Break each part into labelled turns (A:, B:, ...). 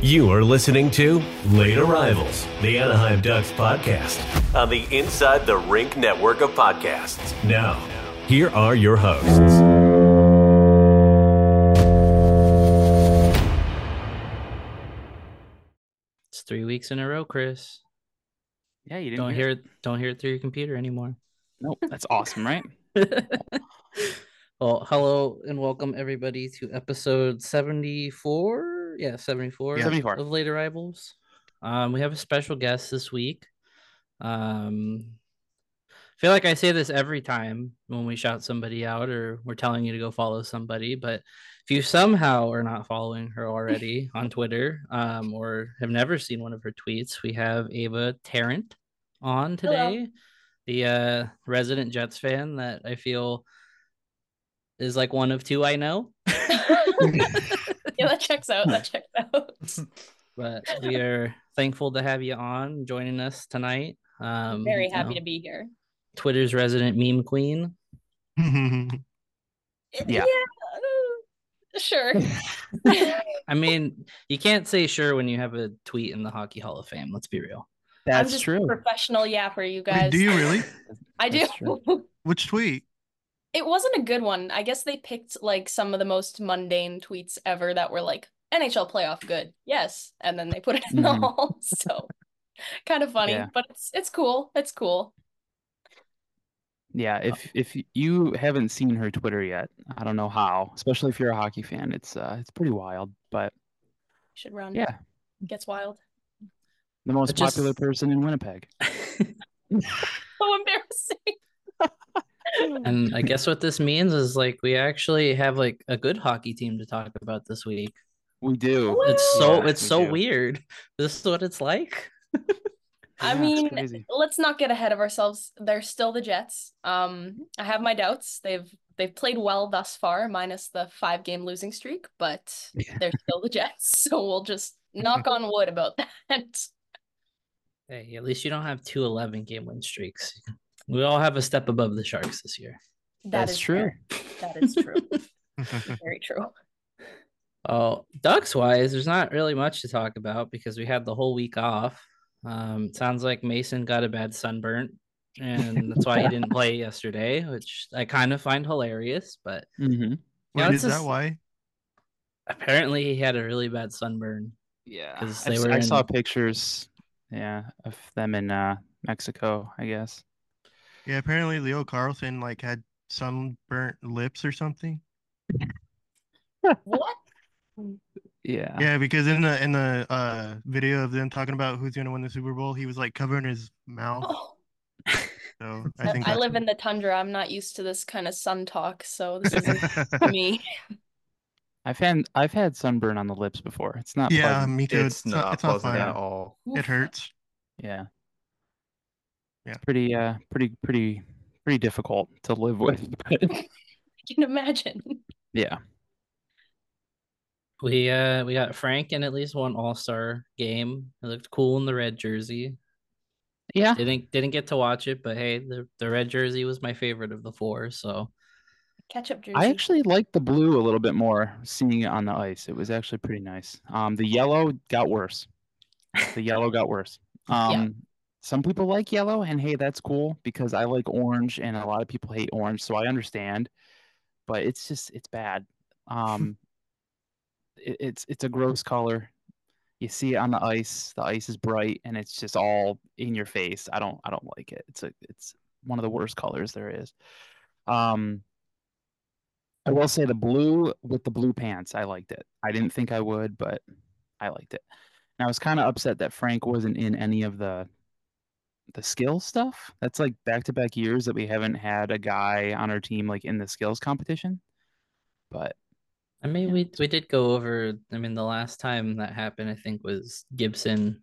A: You are listening to Late Arrivals, the Anaheim Ducks podcast on the Inside the Rink network of podcasts. Now, here are your hosts.
B: It's three weeks in a row, Chris.
C: Yeah, you didn't
B: Don't hear it. Don't hear it through your computer anymore.
C: Nope, that's awesome, right?
B: well, hello and welcome everybody to episode seventy-four. Yeah, seventy-four.
C: Yeah. 74.
B: of late arrivals. Um, we have a special guest this week. Um, I feel like I say this every time when we shout somebody out or we're telling you to go follow somebody, but if you somehow are not following her already on Twitter um, or have never seen one of her tweets, we have Ava Tarrant on today, the uh, resident Jets fan that I feel is like one of two I know.
D: yeah, that checks out. That checks out.
B: but we are thankful to have you on joining us tonight. Um,
D: Very happy to be here.
B: Twitter's resident meme queen.
C: Yeah.
D: uh, Sure.
B: I mean, you can't say sure when you have a tweet in the Hockey Hall of Fame. Let's be real.
D: I'm just a professional yapper, you
E: Wait,
D: guys.
E: do you really?
D: I do.
B: That's true.
E: Which tweet?
D: It wasn't a good one. I guess they picked like some of the most mundane tweets ever that were like NHL playoff good. Yes. And then they put it in the
C: Mhm.
D: hall. So kind of funny,
C: Yeah.
D: but it's it's cool. It's cool.
C: Yeah, if if you haven't seen her Twitter yet, I don't know how. Especially if you're a hockey fan, it's uh it's pretty wild. But
D: Should run.
C: yeah,
D: Gets wild.
C: the most
B: It just-
C: popular person in Winnipeg.
D: So embarrassing.
B: and I guess what this means is like we actually have like a good hockey team to talk about this week.
C: We do.
D: Woo!
B: It's so
C: Yeah,
B: it's
C: we
B: so
C: do.
B: weird. This is what it's like.
D: I
C: Yeah, it's
D: mean,
C: crazy.
D: let's not get ahead of ourselves. They're still the Jets. Um, I have my doubts. They've they've played well thus far, minus the five game losing streak, but
C: Yeah.
D: they're still the Jets. So we'll just knock on wood about that.
B: Hey, at least you don't have two 11 game win streaks. We all have a step above the Sharks this year.
C: That's
D: is
C: true.
D: fair. That is true. Very true.
B: Oh, ducks wise, there's not really much to talk about because we had the whole week off. Um, it sounds like Mason got a bad sunburn, and that's why he didn't play yesterday, which I kind of find hilarious. But
C: Mhm.
B: Yeah,
E: Wait,
B: it's
E: is that
B: just-
E: why?
B: apparently, he had a really bad sunburn.
C: Yeah,
B: 'Cause
C: I,
B: they
C: s-
B: were
C: I saw
B: in-
C: pictures. Yeah, of them in uh Mexico, I guess.
E: Yeah, apparently Leo Carlson like had sunburnt lips or something.
D: What?
C: Yeah.
E: Yeah, because in the in the uh video of them talking about who's gonna win the Super Bowl, he was like covering his mouth.
D: Oh,
E: So
D: I,
E: I think
D: I
E: that's
D: live in the tundra. I'm not used to this kind of sun talk, so this isn't
E: what-
D: me.
C: I've had I've had sunburn on the lips before. It's not
E: yeah,
C: pleasant.
E: me too.
F: It's, not,
E: it's not
F: pleasant
E: fun.
F: at all.
E: It hurts.
C: Yeah.
E: Yeah.
C: Pretty uh pretty pretty pretty difficult to live with. But
D: I can imagine.
C: yeah.
B: We uh we got Frank in at least one All Star game. He looked cool in the red jersey.
C: Yeah.
B: Didn't didn't get to watch it, but hey, the the red jersey was my favorite of the four. So
D: Ketchup jersey.
C: I actually liked the blue a little bit more seeing it on the ice. It was actually pretty nice. Um the yellow got worse. The yellow got worse. Um some people like yellow and hey, that's cool because I like orange and a lot of people hate orange, so I understand. But it's just it's bad. Um it, it's it's a gross color. You see it on the ice. The ice is bright and it's just all in your face. I don't I don't like it. It's a it's one of the worst colors there is. Um I will say the blue with the blue pants, I liked it. I didn't think I would, but I liked it. And I was kind of upset that Frank wasn't in any of the the skill stuff. That's like back to back years that we haven't had a guy on our team like in the skills competition. But
B: I mean,
C: Yeah.
B: we we did go over. I mean, the last time that happened, I think was Gibson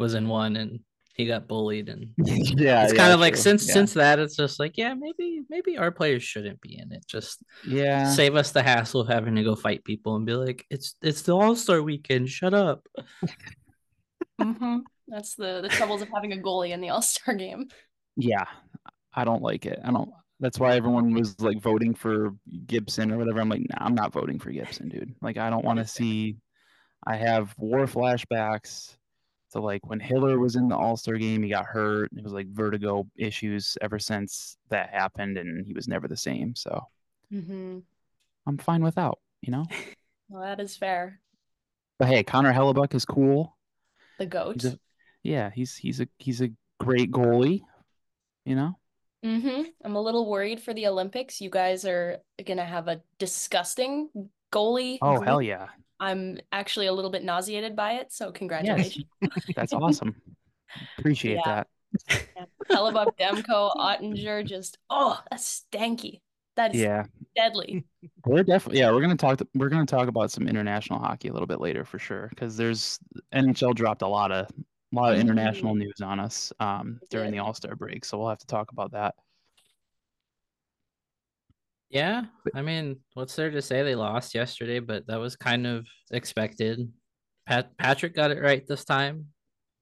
B: was in one, and he got bullied, and
C: yeah,
B: it's kind of like
C: true.
B: since
C: yeah.
B: since that, it's just like yeah, maybe maybe our players shouldn't be in it. Just
C: yeah.
B: save us the hassle of having to go fight people and be like, it's it's the All Star Weekend. Shut up.
D: hmm That's the the troubles of having a goalie in the All Star game.
C: Yeah, I don't like it. I don't. That's why everyone was like voting for Gibson or whatever. I'm like, nah, I'm not voting for Gibson, dude. Like, I don't want to see, I have war flashbacks to like when Hiller was in the All Star game, he got hurt. It was like vertigo issues ever since that happened, and he was never the same. So
D: Mm-hmm.
C: I'm fine without, you know?
D: Well, that is fair.
C: But hey, Connor Hellebuck is cool.
D: The goat.
C: He's a, yeah, he's he's a he's a great goalie, you know?
D: Mm-hmm. I'm a little worried for the Olympics. You guys are gonna have a disgusting goalie
C: Oh
D: group.
C: hell yeah.
D: I'm actually a little bit nauseated by it, so congratulations.
C: That's awesome. Appreciate
D: Yeah.
C: that.
D: Hellebuck, Demko, Ottinger, just oh, that's stanky. That's
C: Yeah.
D: deadly.
C: We're definitely yeah, we're gonna talk to, we're gonna talk about some international hockey a little bit later for sure. Cause there's NHL dropped a lot of a lot of international news on us um
D: They
C: during
D: did.
C: the All Star break. So we'll have to talk about that.
B: Yeah, I mean, what's there to say? They lost yesterday, but that was kind of expected. Pat Patrick got it right this time.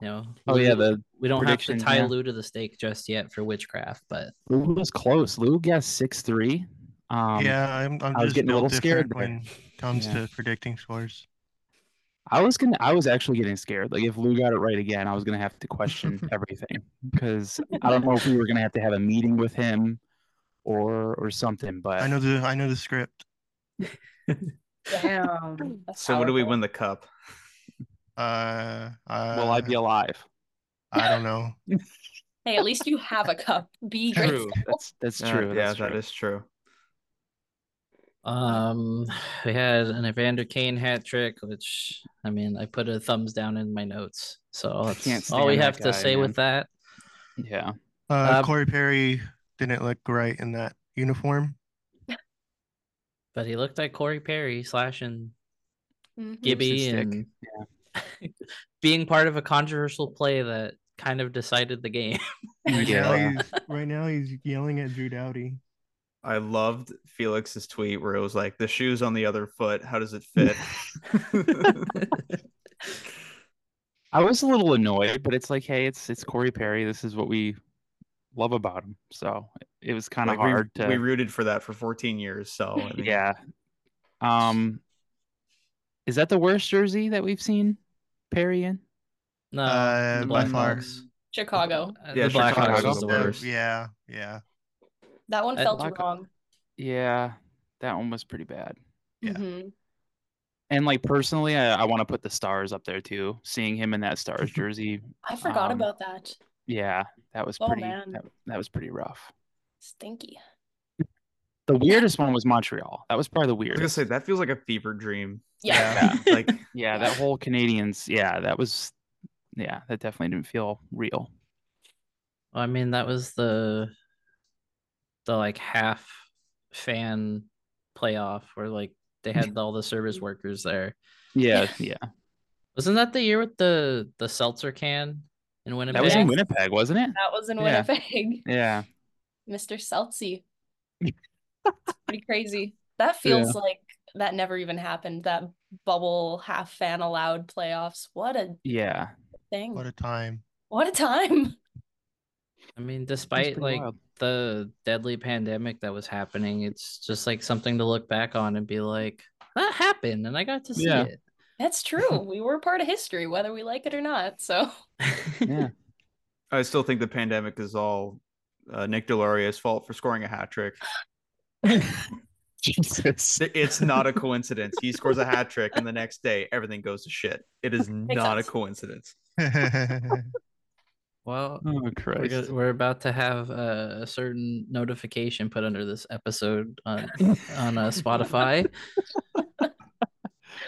B: You know,
C: Oh yeah,
B: Lou-
C: the
B: we don't have to
C: prediction,
B: tie
C: yeah.
B: Lou to the stake just yet for witchcraft, but
C: Lou was close. Lou guessed six three. Um
E: yeah, I'm, I'm
C: I was
E: just
C: getting a
E: built
C: little scared
E: different
C: there.
E: when it comes
C: Yeah.
E: to predicting scores.
C: I was gonna. I was actually getting scared. Like if Lou got it right again, I was gonna have to question everything because I don't know if we were gonna have to have a meeting with him or or something. But
E: I know the I know the script.
D: Damn. that's
F: So, what do we
D: powerful.
F: win the cup?
E: Uh, uh
C: will I be alive?
E: I don't know.
D: Hey, at least you have a cup. Be
F: True.
D: grateful.
C: That's that's
F: Yeah,
C: true.
F: Uh, yeah,
C: that's
F: that
C: true.
F: is true.
B: um, we had an Evander Kane hat trick, which I mean, I put a thumbs down in my notes. So
C: I
B: that's
C: can't
B: all we
C: stand that
B: have to
C: guy,
B: say with that.
C: Yeah.
E: Uh,
B: Uh,
E: Corey Perry didn't look right in that uniform.
B: But he looked like Corey Perry slashing
D: Mhm.
B: Gibby
C: stick,
B: and being part of a controversial play that kind of decided the game.
E: Right
C: Yeah.
E: now, he's, right now he's yelling at Drew Doughty.
F: I loved Felix's tweet where it was like, the shoe's on the other foot. How does it fit?
C: I was a little annoyed, but it's like, hey, it's it's Corey Perry. This is what we love about him. So it was kind of
F: Like, we-
C: hard
F: we,
C: to.
F: rooted for that for 14 years. So, I mean,
C: yeah. Um. Is that the worst jersey that we've seen Perry in?
B: no,
E: Uh,
B: the
E: by
B: Black
E: far.
B: Hawks.
D: Chicago.
B: Uh,
F: Yeah,
B: the Black
F: Chicago
B: Hawks
C: was
B: was
C: the
B: the
F: worst.
B: worst.
E: Yeah, yeah,
D: That one
B: I
D: felt
C: like-
D: wrong.
C: Yeah, that one was pretty bad.
E: Yeah.
D: Mhm.
C: And like personally, I, I want to put the stars up there too. Seeing him in that stars jersey,
D: I forgot
C: Um,
D: about that.
C: yeah, that was
D: Oh,
C: pretty.
D: man.
C: That, that was pretty rough.
D: Stinky.
C: The weirdest one was Montreal. That was probably the
F: I was gonna
C: weirdest.
F: say that feels like a fever dream.
D: Yeah.
F: like
C: Yeah, that whole Canadians. Yeah, that was. Yeah, that definitely didn't feel real.
B: I mean, that was the the like half fan playoff where like they had all the service workers there.
C: Yeah, yeah.
B: Wasn't that the year with the the seltzer can in Winnipeg?
C: That was in
D: Yes.
C: Winnipeg, wasn't it?
D: That was in
C: Yeah.
D: Winnipeg.
C: Yeah.
D: Mr. Seltzy. It's pretty crazy. That feels like that never even happened. That bubble half fan allowed playoffs. What a
C: Yeah.
D: thing.
E: what a time.
D: What a time.
B: I mean,
C: That's
B: despite
C: pretty
B: like
C: wild.
B: the deadly pandemic that was happening, it's just like something to look back on and be like, that happened and I got to see
C: Yeah.
B: it.
D: That's true. We were part of history, whether we like it or not. So
C: Yeah.
F: I still think the pandemic is all uh, Nick Deloria's fault for scoring a hat trick.
C: Jesus.
F: It's not a coincidence. He scores a hat trick, and the next day everything goes to shit. It is not
D: sense.
F: a coincidence.
B: Well,
C: Oh
B: we're,
C: Christ.
B: go- we're about to have uh, a certain notification put under this episode on, on uh, Spotify.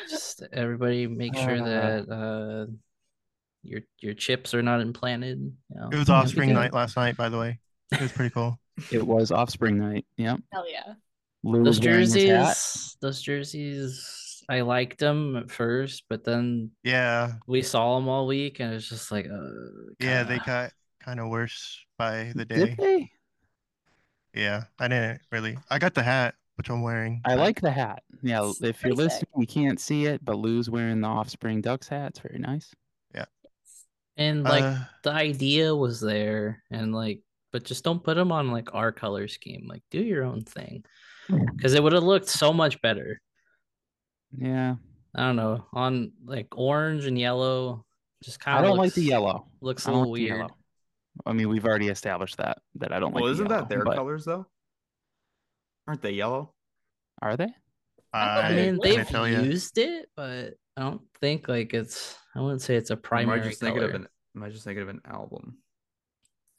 B: Just everybody make sure
C: Uh.
B: that uh, your your chips are not implanted. You know,
E: it was
B: you have to
E: offspring
B: do-
E: night last night, by the way. It was pretty cool.
C: It was offspring night. Yep.
D: hell yeah.
C: Lou
B: Those
C: was wearing his hat.
B: jerseys, those jerseys, I liked them at first, but then
E: Yeah,
B: we saw them all week, and it's just like, uh,
E: yeah, they
B: kinda-
E: got kind of worse by the day.
C: Did they?
E: Yeah, I didn't really. I got the hat, which I'm wearing.
C: I
E: but
C: like the hat. Yeah,
D: It's
C: if you're
D: pretty sick.
C: listening, you can't see it, but Lou's wearing the offspring ducks hat. It's very nice.
B: and like
E: uh,
B: the idea was there and like but just don't put them on like our color scheme like do your own thing because it would have looked so much better
C: Yeah.
B: I don't know, on like orange and yellow. Just kind
C: I
B: of
C: don't like the yellow.
B: Looks
C: I
B: a
C: don't
B: little
C: like the
B: weird.
C: yellow. I mean, we've already established that that I don't like.
F: well,
C: the
F: isn't
C: yellow,
F: that their
C: but
F: colors though? Aren't they yellow?
C: Are they?
D: I
B: I,
D: I
B: mean,
D: couldn't
B: they've
E: tell ya.
B: used it, but I don't think like it's. I wouldn't say it's a
F: Or
B: primary
F: Am I just
B: color.
F: thinking of an? Am I just thinking of an album?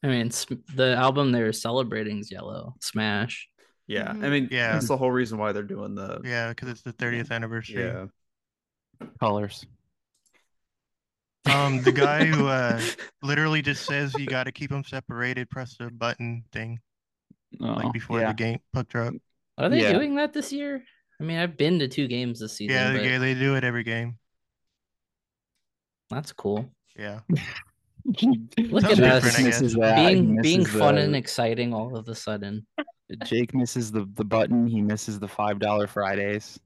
B: I mean, it's, the album they were celebrating is yellow. Smash.
F: Yeah,
D: Mhm.
F: I mean,
E: Mm-hmm. Yeah.
F: that's the whole reason why they're doing the.
E: Yeah, because it's the 30th anniversary.
F: yeah.
C: Colors.
E: Um, the guy who uh, literally just says you got to keep them separated. Press the button thing like
C: Oh,
E: before
C: yeah.
E: the game puck drop.
B: Are they
C: Yeah.
B: doing that this year? I mean, I've been to two games this season.
E: Yeah,
B: but
E: they, they do it every game.
B: that's cool.
E: Yeah,
B: Look at
E: Sounds different,
B: us
E: I guess.
C: misses that. He
B: being being
C: misses
B: fun
C: the-
B: and exciting all of a sudden.
C: Jake misses the the button. He misses the five dollar Fridays.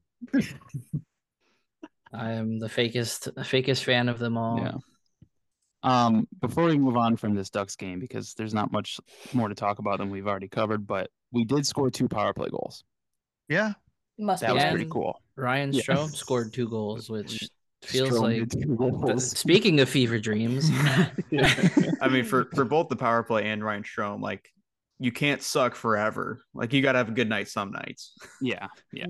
B: I am the fakest fakest fan of them all.
C: Yeah. Um, before we move on from this Ducks game, because there's not much more to talk about than we've already covered, but we did score two power play goals.
E: yeah.
D: Must
C: That
D: be
C: was
D: bad.
C: pretty cool.
B: Ryan
C: Yeah.
B: Strom scored two goals, which feels
C: Strom
B: like
C: did two goals.
B: speaking of fever dreams.
F: I mean, for for both the power play and Ryan Strom, like you can't suck forever. Like you got to have a good night some nights.
C: yeah, yeah,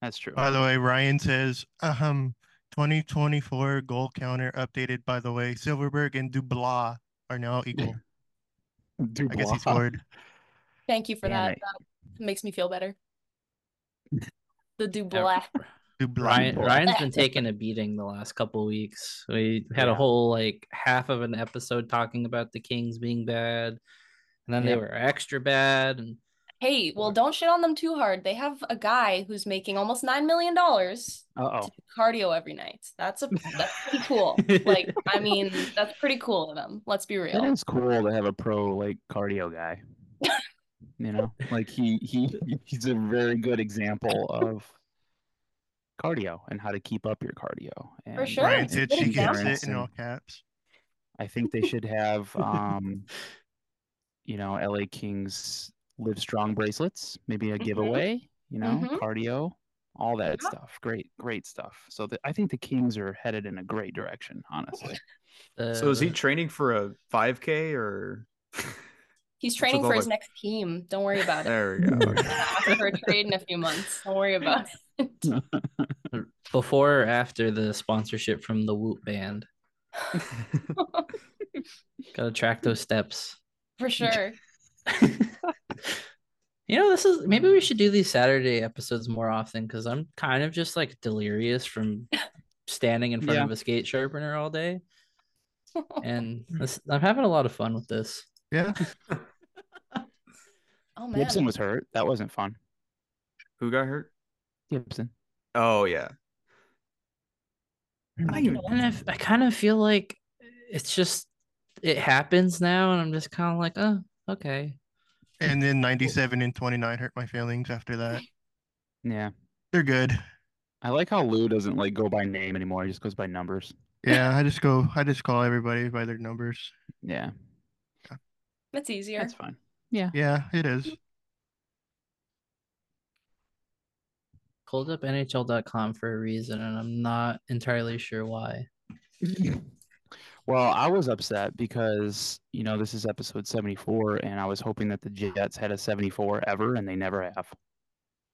C: that's true.
E: By the way, Ryan says, um, 2024 goal counter updated. By the way, Silverberg and Dubois are now equal. I guess he
C: Dubois.
E: scored.
D: Thank you for
C: Damn
D: that.
C: it.
D: That makes me feel better. The Dubois.
E: Dubois.
B: Ryan
C: Blah.
B: Ryan's been taking a beating the last couple weeks. We had a
C: Yeah.
B: whole like half of an episode talking about the Kings being bad, and then they
C: Yep.
B: were extra bad. And
D: Hey, well, don't shit on them too hard. They have a guy who's making almost $9 million to
C: Uh-oh.
D: do cardio every night. That's a that's pretty cool. Like, I mean, that's pretty cool of them. Let's be
C: It
D: real.
C: is cool to have a pro like cardio guy. you know, like he he he's a very good example of cardio and how to keep up your cardio. And
D: sure.
E: Ryan
D: It's a
E: said
D: good
E: she gets
D: example.
E: it in all caps.
C: I think they should have, um, you know, LA Kings Live Strong bracelets, maybe a
D: Mhm.
C: giveaway, you know,
D: Mhm.
C: cardio, all that
D: Yeah.
C: stuff. Great, great stuff. So the, I think the Kings are headed in a great direction, honestly.
F: so is he
B: uh,
F: training for a 5K or?
D: He's training
F: all
D: for his
F: like-
D: next team. Don't worry about it.
F: There we go.
D: He's gonna ask for a trade in a few months. Don't worry about it.
B: before or after the sponsorship from the Whoop Band? Gotta track those steps.
D: For sure.
B: You know, this is maybe we should do these Saturday episodes more often because I'm kind of just like delirious from standing in front
C: Yeah.
B: of a skate sharpener all day. And this, I'm having a lot of fun with this.
E: Yeah.
D: Oh man.
C: Gibson was hurt. That wasn't fun.
F: Who got hurt?
C: Gibson.
F: Oh yeah. I don't even-
D: Mm-hmm.
B: And I, f- I kind of feel like it's just, it happens now. And I'm just kind of like, oh, okay.
E: And then 97 and 29 hurt my feelings after that.
C: Yeah.
E: They're good.
C: I like how Lou doesn't like go by name anymore. He just goes by numbers.
E: Yeah, I just go, I just call everybody by their numbers.
C: Yeah,
D: That's easier.
C: that's fine.
E: Yeah, it is.
B: Pulled up NHL.com for a reason. And I'm not entirely sure why.
C: Well, I was upset because, you know, this is episode 74, and I was hoping that the Jets had a 74 ever, and they never have.
F: Pe-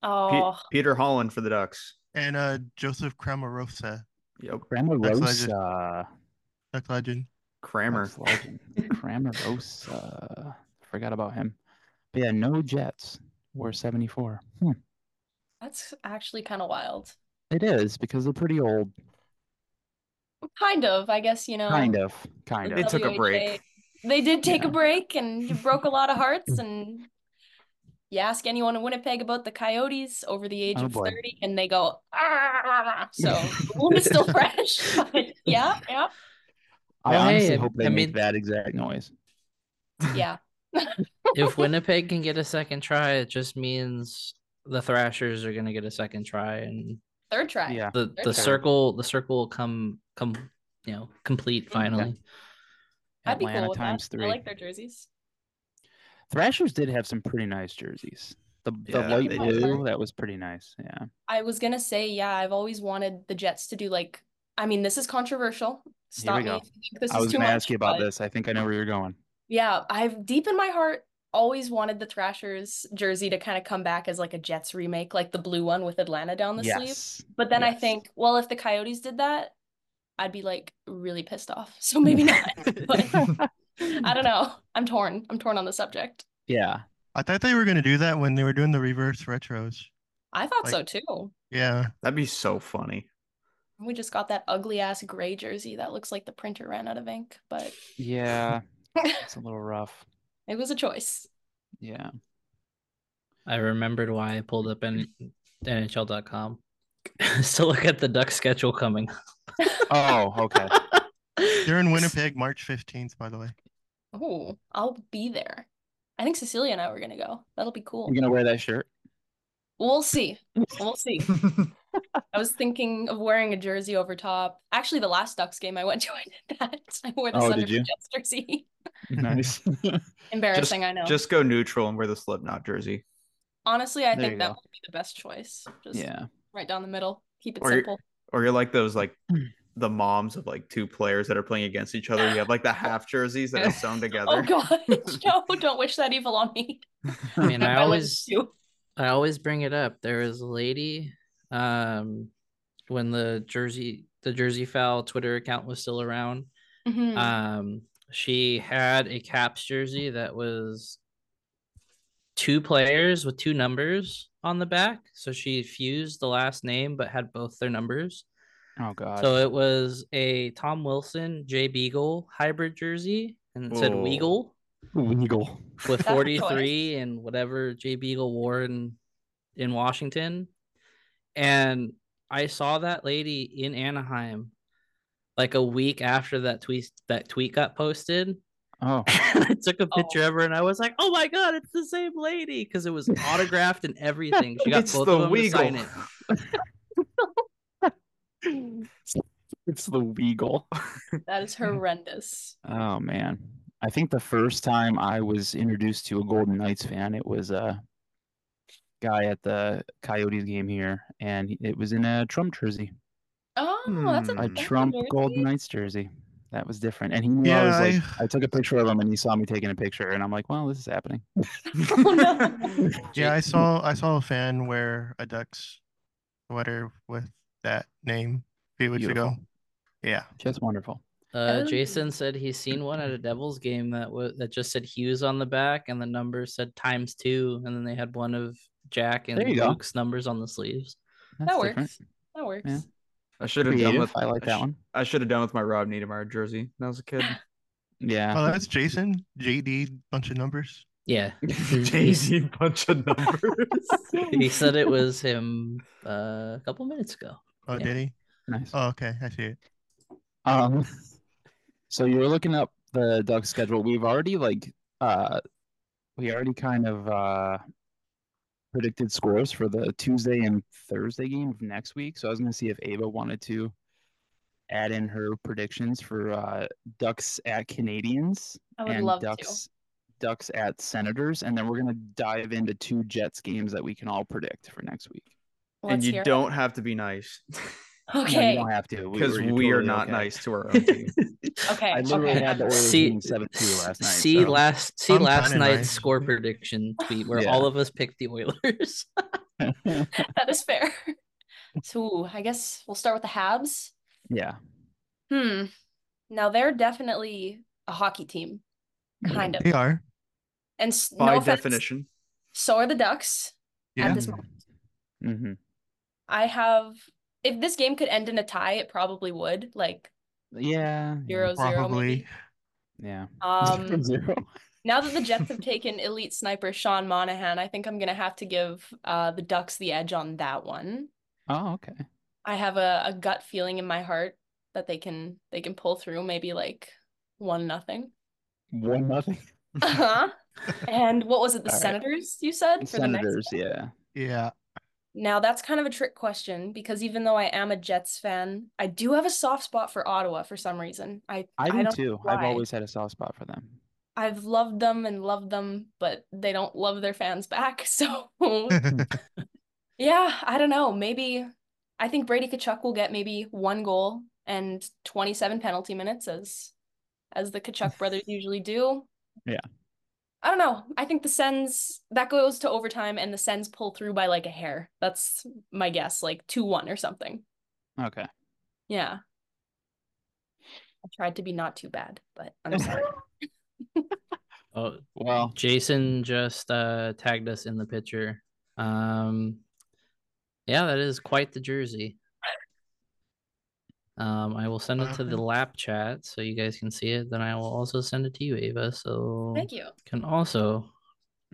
D: Oh,
F: Peter Holland for the Ducks.
E: And uh, Joseph Cramarosa,
F: Yep.
C: Cramarosa.
E: Duck legend.
F: Kramer.
C: That's legend. Cramarosa. Forgot about him. But yeah, no Jets were 74. Hmm.
D: that's actually kind of wild.
C: It is because they're pretty old.
D: Kind of, I guess, you know.
C: Kind of. Kind
D: the
F: They
C: of.
F: took a
D: WHA
F: break.
D: They did take
C: Yeah.
D: a break and it broke a lot of hearts. And you ask anyone in Winnipeg about the Coyotes over the age
C: Oh,
D: of
C: boy.
D: 30, and they go, "Ah, ah, ah, ah." so the wound is still fresh. but yeah, yeah,
C: I
B: Well,
C: honestly
B: hey,
C: hope they
B: I
C: make
B: mean-
C: that exact noise.
D: yeah.
B: if Winnipeg can get a second try, it just means the Thrashers are gonna get a second try, and
D: Third try.
C: Yeah.
B: the
D: They're
B: the
D: tired.
B: circle the circle will come come you know complete finally.
D: I'd be
C: Atlanta
D: cool with
C: times
D: that.
C: three.
D: I like their jerseys.
C: Thrashers did have some pretty nice jerseys. The, the
F: Yeah,
C: light
F: they
C: blue,
D: did.
C: that was pretty nice. Yeah.
D: I was gonna say, yeah, I've always wanted the Jets to do like. I mean, this is controversial. Stop me.
C: go.
D: if you think This
C: I
D: is
C: was
D: too
C: gonna
D: much,
C: ask you about
D: but-
C: this. I think I know where you're going.
D: Yeah, I've deep in my heart always wanted the Thrashers jersey to kind of come back as like a Jets remake, like the blue one with Atlanta down the sleeve.
C: Yes.
D: But then I
C: yes.
D: think, well, if the Coyotes did that, I'd be like really pissed off. So maybe not. But I don't know. I'm torn. I'm torn on the subject.
C: Yeah.
E: I thought they were gonna do that when they were doing the reverse retros.
D: I thought
E: Like-
D: so too.
E: Yeah,
F: That'd be so funny.
D: We just got that ugly ass gray jersey that looks like the printer ran out of ink, but
C: Yeah. It's a little rough.
D: it was a choice.
C: Yeah.
B: I remembered why I pulled up N- NHL.com to look at the Duck schedule coming.
C: Oh, okay.
E: they're in Winnipeg March fifteenth, by the way.
D: Oh, I'll be there. I think Cecilia and I were gonna go. That'll be cool.
C: You're gonna wear that shirt?
D: We'll see. We'll see. I was thinking of wearing a jersey over top. Actually, the last Ducks game I went to, I did that. I wore the
C: Oh,
D: Thunder
C: did you?
D: Jets jersey.
C: Nice.
D: Embarrassing, I know.
F: Just go neutral and wear the Slipknot jersey.
D: Honestly, I
C: There
D: think
C: you
D: that
C: go.
D: would be the best choice. Just
C: yeah.
D: right down the middle. Keep it
F: Or-
D: simple.
F: Or you're like those like
D: Hmm.
F: the moms of like two players that are playing against each other. You have like the half jerseys that are sewn together.
D: Oh gosh, no! Don't wish that evil on me.
B: I mean, I
D: My lips
B: always
D: too.
B: I always bring it up. There was a lady, um, when the Jersey the Jersey Foul Twitter account was still around.
D: Mhm.
B: Um, she had a Caps jersey that was two players with two numbers on the back. So she fused the last name but had both their numbers.
C: Oh god.
B: So it was a Tom Wilson Jay Beagle hybrid jersey and it said
F: Whoa.
B: Weagle
C: legal.
B: with
D: That's a choice.
B: 43 and whatever Jay Beagle wore in in Washington. And I saw that lady in Anaheim like a week after that tweet that tweet got posted.
C: Oh.
B: I took a picture of her and I was like, "Oh my god, it's the same lady!" Because it was autographed and everything. She got
F: It's
B: both
F: the
B: of them to sign it.
F: Weagle.
C: It's the legal.
D: That is horrendous.
C: Oh man. I think the first time I was introduced to a Golden Knights fan, it was a guy at the Coyotes game here, and he- it was in a Trump jersey,
D: Oh, that's a
F: Hmm.
C: a
D: fancy
C: Trump
D: jersey.
C: Golden Knights jersey. That was different, and he knew I
E: Yeah,
C: was like, I took a picture of him, and he saw me taking a picture, and I'm like, well, this is happening.
D: Oh,
E: Yeah, I saw I saw a fan wear a Ducks sweater with that name a few weeks ago.
C: Beautiful.
E: Yeah,
C: Just wonderful.
B: Uh,
D: Oh.
B: Jason said he's seen one at a Devils game that was that just said Hughes on the back and the number said times two, and then they had one of Jack and
C: There you go.
B: Luke's numbers on the sleeves.
C: That's
D: That
C: different.
D: works. That works.
C: Yeah.
F: I should have done
C: Creative.
F: with
C: I like that one.
F: I should have done with my Rob Niedermeyer jersey when I was a kid.
C: Yeah.
E: oh, that's Jason JD bunch of numbers.
B: Yeah,
F: Daisy bunch of numbers.
B: he said it was him uh, a couple minutes ago.
E: Oh,
B: Yeah.
E: did he?
C: nice.
E: Oh, okay, I see it.
C: Um, so you were looking up the duck schedule. We've already like uh, we already kind of uh predicted scores for the Tuesday and Thursday game of next week. So I was gonna see if Ava wanted to add in her predictions for uh Ducks at Canadians
D: I would
C: and
D: love
C: Ducks Ducks at Senators, and then we're gonna dive into two Jets games that we can all predict for next week.
D: to.
F: and
D: Let's
F: you
D: hear it.
F: don't have to be nice
C: No,
D: Okay.
C: you don't have to
F: because
C: you're
F: we are
C: totally
F: not
C: okay.
F: nice to our own team.
D: Okay.
C: I literally
D: okay.
C: had the Oilers
B: See-
C: being seven two last night.
B: see
C: so-
B: last see
E: I'm
B: last
E: kinda
B: night's
E: nice.
B: score prediction tweet where
C: Yeah.
B: all of us picked the Oilers.
D: that is fair. So I guess we'll start with the Habs.
C: yeah.
D: Hmm. Now they're definitely a hockey team, kind of.
E: They are.
D: And s- no
F: By
D: offense,
F: definition.
D: so are the Ducks
E: Yeah.
D: at this moment.
C: Mm-hmm.
D: I have. If this game could end in a tie, it probably would. Like
C: Yeah.
D: zero zero.
E: Probably.
D: maybe.
C: Yeah.
D: Um,
C: Zero.
D: now that the Jets have taken elite sniper Sean Monahan, I think I'm gonna have to give uh, the Ducks the edge on that one.
C: Oh, okay.
D: I have a, a gut feeling in my heart that they can they can pull through maybe like one nothing.
C: One nothing.
D: Uh-huh. and what was it, the
C: All right.
D: Senators you said for the next?
C: Senators. Yeah.
E: Yeah,
D: Now that's kind of a trick question because even though I am a Jets fan, I do have a soft spot for Ottawa for some reason. I
C: I do
D: don't know
C: too.
D: why.
C: I've always had a soft spot for them.
D: I've loved them and loved them, but they don't love their fans back. So yeah, I don't know. Maybe I think Brady Kachuk will get maybe one goal and 27 penalty minutes as as the Kachuk brothers usually do.
C: Yeah.
D: I don't know. I think the Sens that goes to overtime and the Sens pull through by like a hair. That's my guess, like 2-1 or something.
C: Okay.
D: Yeah. I tried to be not too bad, but I'm sorry.
B: Oh
C: Well,
B: Jason just uh, tagged us in the picture. Um, yeah, that is quite the jersey. Um, I will send it to the lap chat so you guys can see it. Then I will also send it to you, Ava, so
D: Thank you.
B: can also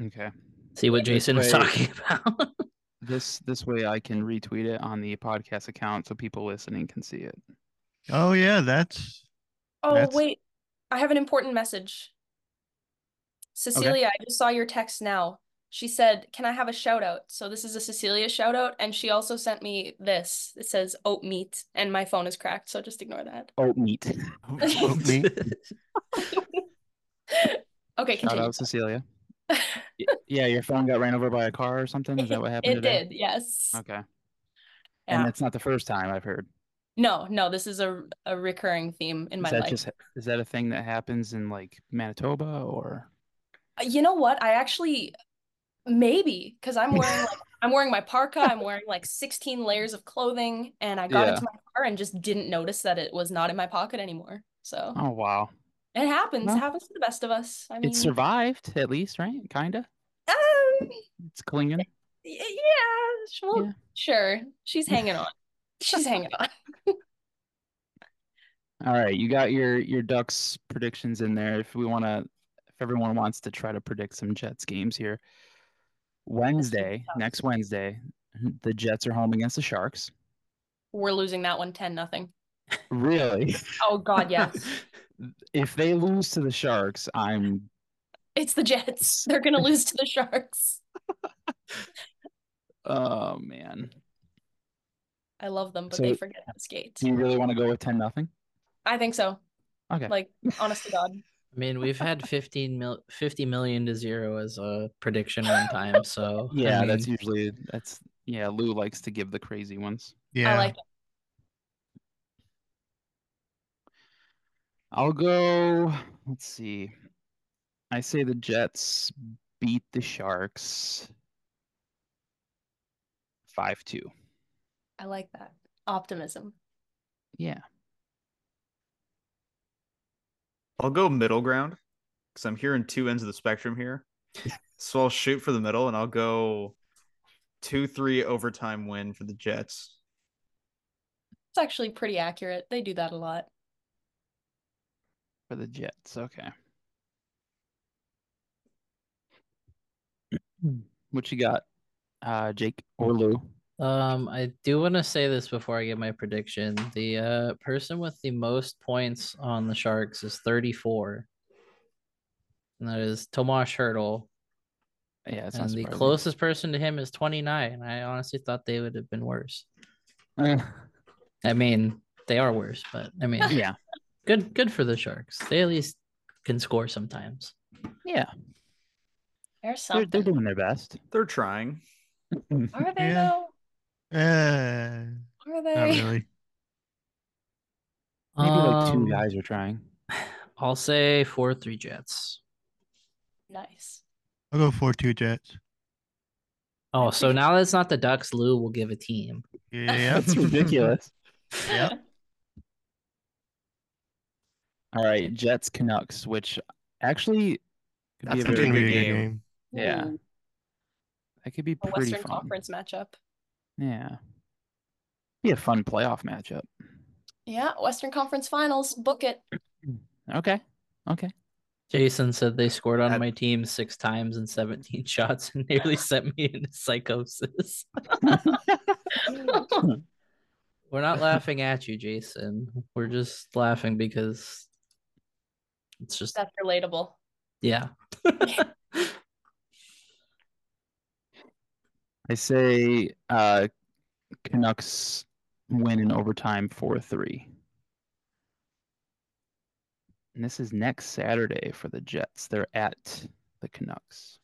C: okay.
B: see what Jason is
C: way-
B: talking about.
C: This this way I can retweet it on the podcast account so people listening can see it.
E: Oh yeah, that's
D: Oh
E: That's-
D: wait, I have an important message. Cecilia, I just saw your text now. She said, "Can I have a shout out?" So this is a Cecilia shout out, and she also sent me this. It says oat meat, and my phone is cracked, so just ignore that.
C: Oat meat.
E: Oat meat.
D: Okay,
C: Shout
D: continue.
C: out Cecilia. Y- yeah, your phone got ran over by a car or something. Is that what happened?
D: It
C: today?
D: did, yes.
C: Okay.
D: Yeah.
C: And that's not the first time I've heard.
D: No, no, this is a a recurring theme in
C: Is
D: my
C: that
D: life.
C: just is that a thing that happens in like Manitoba or
D: Uh, You know what? I actually maybe because I'm wearing like I'm wearing my parka, I'm wearing like 16 layers of clothing, and I got
C: Yeah.
D: into my car and just didn't notice that it was not in my pocket anymore. So
C: Oh wow.
D: it happens.
C: Well,
D: happens to the best of us. I mean,
C: It survived at least, right? Kinda.
D: um, y-
C: It's clinging.
D: yeah, sh- well,
C: Yeah.
D: sure. She's hanging on. She's hanging on.
C: All right, you got your your Ducks predictions in there. If we want to, if everyone wants to try to predict some Jets games here, Wednesday,
D: tough.
C: next Wednesday, the Jets are home against the Sharks.
D: We're losing that one 10 nothing.
C: Really,
D: Oh God, yes.
C: if they lose to the Sharks, I'm
D: It's the Jets. They're gonna lose to the Sharks.
C: oh man.
D: I love them, but they
C: So-
D: forget how to skate.
C: Do you really want to go with ten nothing?
D: I think so.
C: Okay.
D: Like, honest to God.
B: I mean, we've had 15 mil- 50 million to zero as a prediction one time. So I
C: yeah, that's
B: mean,
C: usually that's yeah. Lou likes to give the crazy ones.
E: yeah.
D: I like it.
C: I'll go. Let's see. I say the Jets beat the Sharks 5 2.
D: I like that. Optimism.
C: Yeah.
F: I'll go middle ground because I'm hearing two ends of the spectrum here. so I'll shoot for the middle and I'll go two three overtime win for the Jets.
D: It's actually pretty accurate. They do that a lot.
C: For the Jets. Okay. What you got, uh, Jake or Lou?
B: um, I do want to say this before I get my prediction. The uh, person with the most points on the Sharks is 34, and that is Tomash Hurdle.
C: Yeah, it's not
B: And the
C: surprising.
B: closest person to him is 29. I honestly thought they would have been worse. I mean, they are worse, but I mean,
C: yeah.
B: good good for the Sharks. They at least can score sometimes.
C: Yeah.
D: There's
C: They're,
D: something.
C: they're doing their best.
F: They're trying.
D: Are they
E: Yeah.
D: though?
E: Uh,
D: Are
E: not
D: they?
E: really.
C: Maybe like
B: Um,
C: two guys are trying.
B: I'll say 4 3 Jets.
D: Nice.
E: I'll go four two Jets.
B: Oh, so now that it's not the Ducks, Lou will give a team.
E: Yeah,
C: That's ridiculous.
E: Yeah.
C: All right, Jets Canucks, which actually could be
F: That's
C: a
E: It's
C: very
E: gonna
C: good
E: be a good
C: game.
E: game.
C: Yeah.
D: Ooh,
C: That could be
D: A
C: pretty
D: Western
C: fun.
D: Conference matchup.
C: Yeah. Be a fun playoff matchup.
D: Yeah, Western Conference Finals. Book it.
C: Okay. Okay.
B: Jason said they scored on
F: That-
B: my team six times and 17 shots and nearly sent me into psychosis. We're not laughing at you, Jason. We're just laughing because it's just,
D: That's relatable.
B: yeah.
C: I say uh Canucks win in overtime 4 3. And this is next Saturday for the Jets. They're at the Canucks.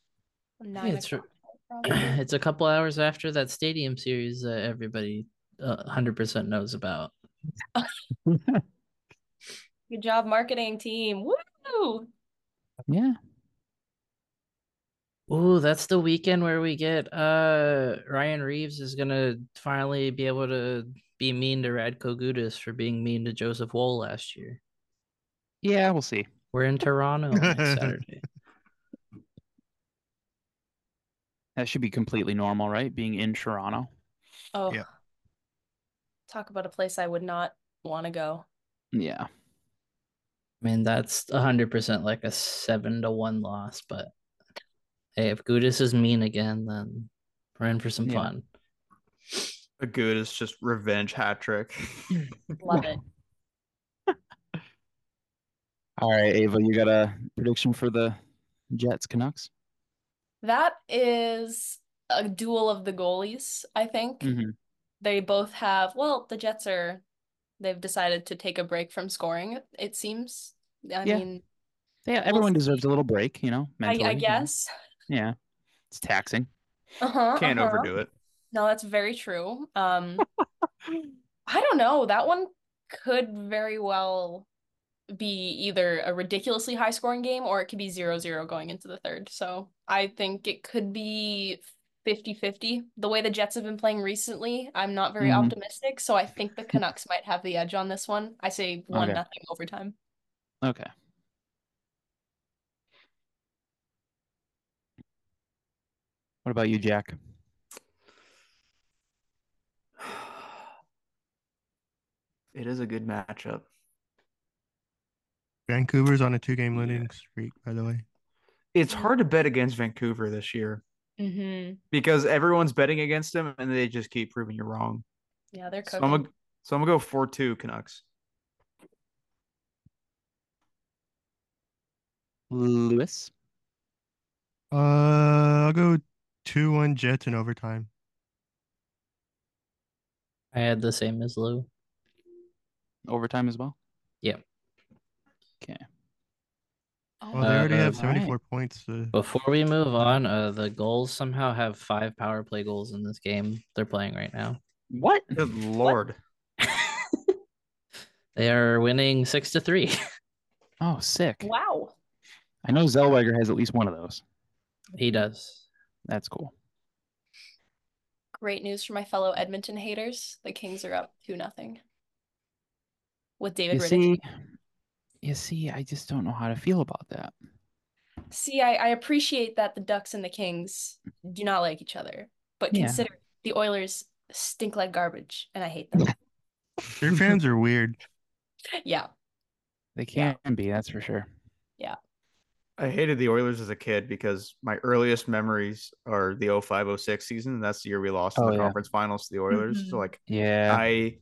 D: Nine
B: it's
D: o'clock, probably.
B: it's a couple hours after that stadium series that everybody uh, hundred percent knows about.
D: Good job, marketing team. Woo!
C: Yeah.
B: Ooh, that's the weekend where we get uh Ryan Reeves is gonna finally be able to be mean to Radko Gudas for being mean to Joseph Wool last year.
C: Yeah, we'll see.
B: We're in Toronto next Saturday.
C: That should be completely normal, right? Being in Toronto.
D: Oh,
E: Yeah.
D: talk about a place I would not want to go.
C: Yeah.
B: I mean, that's hundred percent like a seven to one loss, but hey, if Gudas is mean again, then we're in for some
C: Yeah.
B: fun.
F: A good is just revenge hat trick.
D: Love it.
C: All right, Ava, you got a prediction for the Jets Canucks?
D: That is a duel of the goalies, I think.
C: Mm-hmm.
D: They both have, well, the Jets are, they've decided to take a break from scoring, it seems. I
C: Yeah.
D: mean,
C: Yeah, everyone deserves a little break, you know,
D: I,
C: mentally. Mm-hmm.
D: I
C: you know?
D: guess.
C: Yeah. It's taxing.
D: Uh-huh,
F: Can't
D: uh-huh.
F: overdo it.
D: No, that's very true. Um, I don't know. That one could very well be either a ridiculously high scoring game or it could be 0-0 going into the third. So I think it could be 50-50. The way the Jets have been playing recently, I'm not very
C: Mhm.
D: optimistic. So I think the Canucks might have the edge on this one. I say one
C: Okay.
D: nothing overtime.
C: Okay. What about you, Jack?
F: It is a good matchup.
E: Vancouver's on a two game
F: Yeah.
E: winning streak, by the way.
F: It's hard to bet against Vancouver this year
D: Mm-hmm.
F: because everyone's betting against them and they just keep proving you wrong.
D: Yeah, they're
F: So
D: cooking.
F: I'm gonna, so I'm gonna go four two Canucks.
C: Lewis?
E: Uh, I'll go 2 1 Jets in overtime.
B: I had the same as Lou.
C: Overtime as well?
B: Yeah.
C: Okay.
D: Oh,
E: Well, they already
B: Uh,
E: have
C: alright.
E: 74 points. Uh,
C: Oh.
B: Before we move on, uh, the goals somehow have five power play goals in this game they're playing right now.
C: What?
F: Good lord.
B: They are winning six to three.
C: Oh, sick.
D: wow.
C: I know Zellweger has at least one of those.
B: he does.
C: That's cool.
D: Great news for my fellow Edmonton haters. The Kings are up 2 nothing with David
C: You
D: Riddick.
C: see, you see, I just don't know how to feel about that.
D: See, I, I appreciate that the Ducks and the Kings do not like each other, but
C: Yeah.
D: consider the Oilers stink like garbage, and I hate them.
E: Their fans are weird.
D: yeah,
C: They
D: Yeah.
C: can be, that's for sure.
F: I hated the Oilers as a kid because my earliest memories are the 0506 season. And that's the year we lost
C: Oh,
F: in the
C: yeah.
F: conference finals to the Oilers. So
B: Mm-hmm.
D: Mhm.
F: like
C: Yeah.
F: I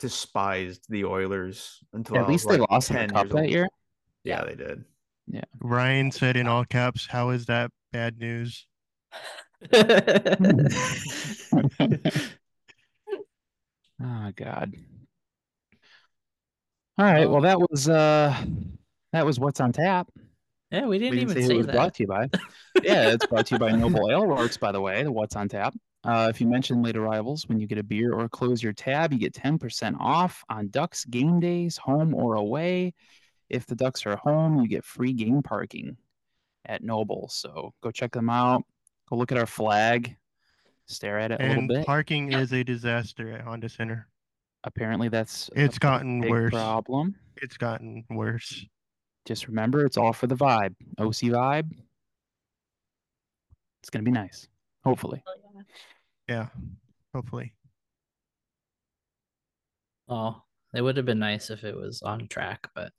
F: despised the Oilers until I
C: At
F: was,
C: least they
F: like,
C: lost in
F: 10
C: the cup
F: years old.
C: that year.
F: Yeah, they did.
E: Ryan said in all caps, How is that bad news?
C: Oh God. All right. Well, that was uh that was what's on tap.
B: yeah, we didn't
C: we didn't
B: even
C: say, who
B: say
C: it was
B: that.
C: brought to you by. yeah, it's brought to you by Noble Ale Works, by the way, the what's on tap. Uh, if you mention late arrivals when you get a beer or close your tab, you get 10% off on Ducks game days, home or away. If the Ducks are home, you get free game parking at Noble. So go check them out. Go look at our flag, stare at it a little
E: And
C: bit.
E: parking is a disaster at Honda Center.
C: Apparently, that's a
E: It's gotten
C: big
E: worse.
C: problem.
E: It's gotten worse.
C: just remember it's all for the vibe. OC vibe. It's gonna be nice. Hopefully.
E: Yeah, hopefully.
B: Oh, it would have been nice if it was on track, but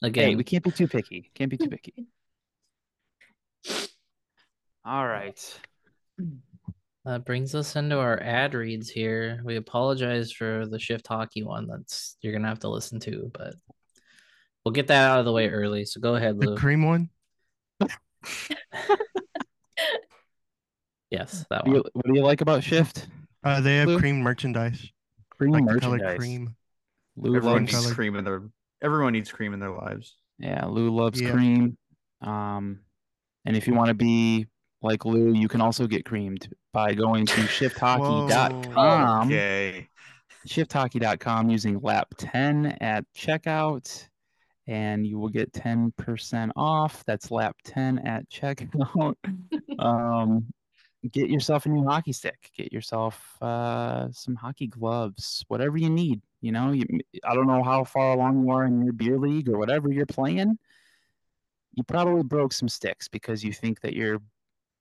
C: Hey,
B: again,
C: we can't be too picky. Can't be too picky. All right.
B: that brings us into our ad reads here. We apologize for the shift hockey one that's you're gonna have to listen to, but we'll get that out of the way early. So go ahead,
E: The
B: Lou.
E: cream one?
B: yes, that
C: What do,
B: one.
C: you, what do you like about Shift?
E: Uh, they have
C: Lou?
E: cream merchandise.
C: Cream
E: Like the color
C: merchandise.
E: cream.
C: Lou
F: Everyone
C: loves
F: needs
E: color.
F: cream in their Everyone needs cream in their lives.
C: Yeah, Lou loves
E: Yeah.
C: cream. Um, and if you want to be like Lou, you can also get creamed by going to shifthockey.com.
F: Okay.
C: Shifthockey.com using lap 10 at checkout, and you will get 10% off. That's lap 10 at checkout. um, get yourself a new hockey stick, get yourself uh, some hockey gloves, whatever you need. You know, you, I don't know how far along you are in your beer league or whatever you're playing. You probably broke some sticks because you think that you're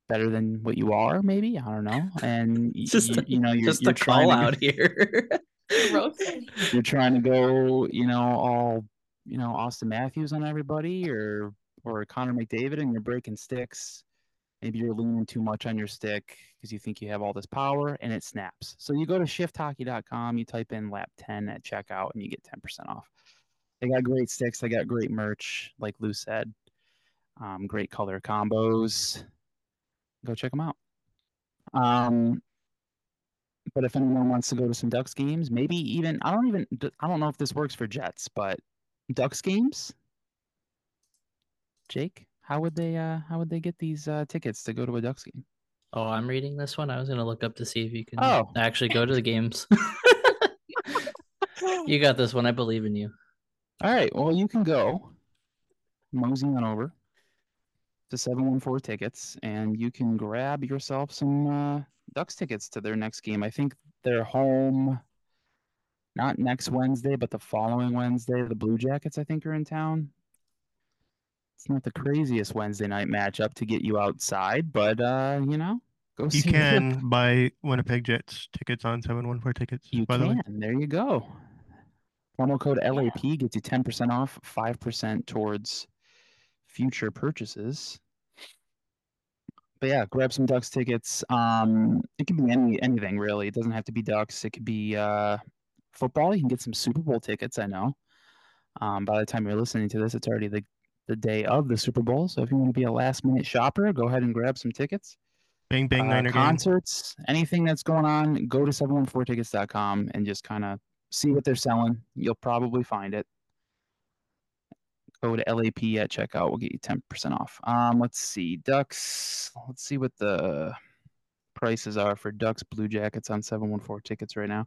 C: better than what you are, maybe. I don't know. And y-
B: Just
C: you,
B: a-
C: you know, you're,
B: Just
C: you're
B: a
C: trying
B: call
C: to
B: out here.
D: Roasted.
C: you're trying to go, you know, all you know, Austin Matthews on everybody or or Connor McDavid and you're breaking sticks. Maybe you're leaning too much on your stick because you think you have all this power and it snaps. So you go to shifthockey.com, you type in lap 10 at checkout and you get 10% off. They got great sticks, they got great merch, like Lou said. Um, great color combos. Go check them out. Um, but if anyone wants to go to some Ducks games, maybe even I don't even d- I don't know if this works for Jets, but Ducks games. Jake, how would they uh how would they get these uh tickets to go to a Ducks game?
B: Oh, I'm reading this one. I was gonna look up to see if you can
C: Oh.
B: actually go to the games. you got this one. I believe in you.
C: All right, well you can go mosey on over to 714 tickets and you can grab yourself some uh Ducks tickets to their next game. I think they're home not next Wednesday, but the following Wednesday. The Blue Jackets, I think, are in town. It's not the craziest Wednesday night matchup to get you outside, but uh, you know, go
E: You
C: see the Whip.
E: can buy Winnipeg Jets tickets on 714 tickets.
C: You
E: by the
C: can.
E: way,
C: There you go. Promo code LAP gets you 10% off, 5% towards future purchases. But yeah, grab some Ducks tickets. Um, it can be any anything really. It doesn't have to be Ducks. It could be uh, football. You can get some Super Bowl tickets. I know. Um, by the time you're listening to this, it's already the the day of the Super Bowl. So if you want to be a last minute shopper, go ahead and grab some tickets
E: bang bang
C: uh,
E: Niner game.
C: concerts, anything that's going on, go to 714tickets.com and just kind of see what they're selling. You'll probably find it. Go to LAP at checkout. We'll get you 10% off. Um, let's see. Ducks. Let's see what the prices are for Ducks Blue Jackets on 714 tickets right now.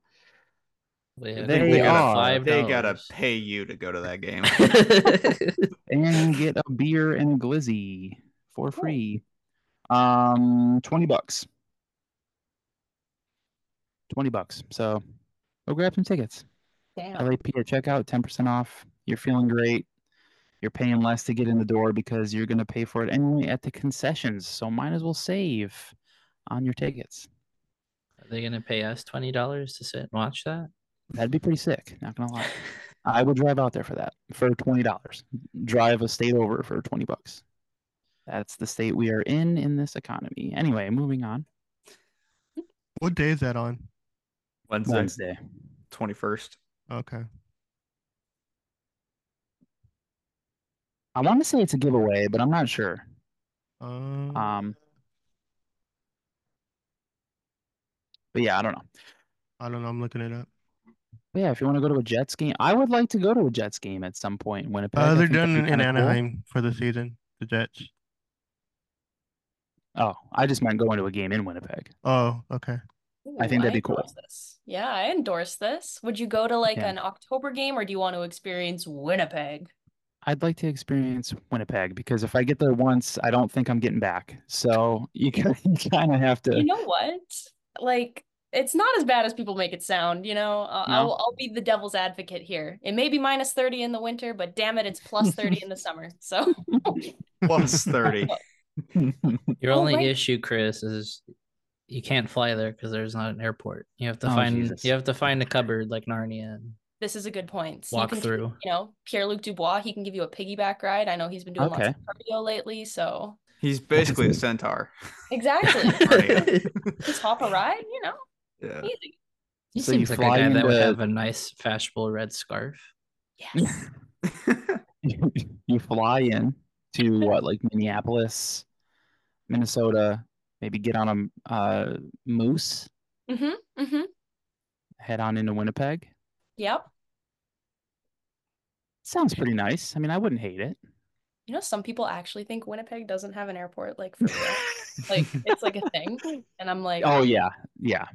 B: Wait, I
C: They
B: think we got
C: are-
B: five
F: They gotta
B: dollars.
F: pay you to go to that game.
C: And get a beer and a glizzy for free. Um, 20 bucks. 20 bucks. So go grab some tickets.
D: Damn.
C: LAP at checkout, 10% off. You're feeling great. You're paying less to get in the door because you're going to pay for it anyway at the concessions. So might as well save on your tickets.
B: Are they gonna pay us twenty dollars to sit and watch that?
C: That'd be pretty sick. Not going to lie. I would drive out there for that for $20. Drive a state over for 20 bucks. That's the state we are in in this economy. Anyway, moving on.
E: What day is that on?
F: Wednesday,
C: Wednesday.
F: twenty first.
E: Okay.
C: I want to say it's a giveaway, but I'm not sure.
E: Um,
C: Um, but yeah, I don't know.
E: I don't know. I'm looking it up.
C: But yeah, if you want to go to a Jets game, I would like to go to a Jets game at some point in Winnipeg. I
E: Uh, they're
C: think that'd
E: done
C: be
E: in
C: kinda cool.
E: Anaheim for the season. The Jets.
C: Oh, I just meant going to a game in Winnipeg.
E: Oh, okay.
C: I think
D: Ooh,
C: that'd be cool.
D: endorse this. Yeah, I endorse this. Would you go to like
C: Yeah.
D: an October game or do you want to experience Winnipeg?
C: I'd like to experience Winnipeg because if I get there once, I don't think I'm getting back. So you kind of have to.
D: You know what? Like, it's not as bad as people make it sound, you know? Uh,
C: No.
D: I'll, I'll be the devil's advocate here. It may be minus 30 in the winter, but damn it, it's plus 30 in the summer. So,
F: Plus thirty.
B: Your
D: Oh,
B: only
D: right.
B: issue, Chris, is you can't fly there because there's not an airport. You have to
C: Oh,
B: find
C: Jesus.
B: you have to find a cupboard like Narnia and
D: this is a good point. So
B: walk
D: you can,
B: through.
D: you know, Pierre Luc Dubois, he can give you a piggyback ride. I know he's been doing lots
C: Okay.
D: of cardio lately. So,
F: He's basically a centaur.
D: exactly. Just hop a ride, you know?
F: Yeah.
D: Easy.
B: He
C: So you
B: seems like a
C: fly
B: guy that would
C: into-
B: have a nice fashionable red scarf.
D: Yes.
C: you fly in to what, like Minneapolis, Minnesota, maybe get on a uh, moose,
D: Mm-hmm. Mm-hmm.
C: head on into Winnipeg.
D: Yep.
C: Sounds pretty nice. I mean, I wouldn't hate it.
D: You know, some people actually think Winnipeg doesn't have an airport, like for real. like it's like a thing. And I'm like,
C: Oh yeah, yeah.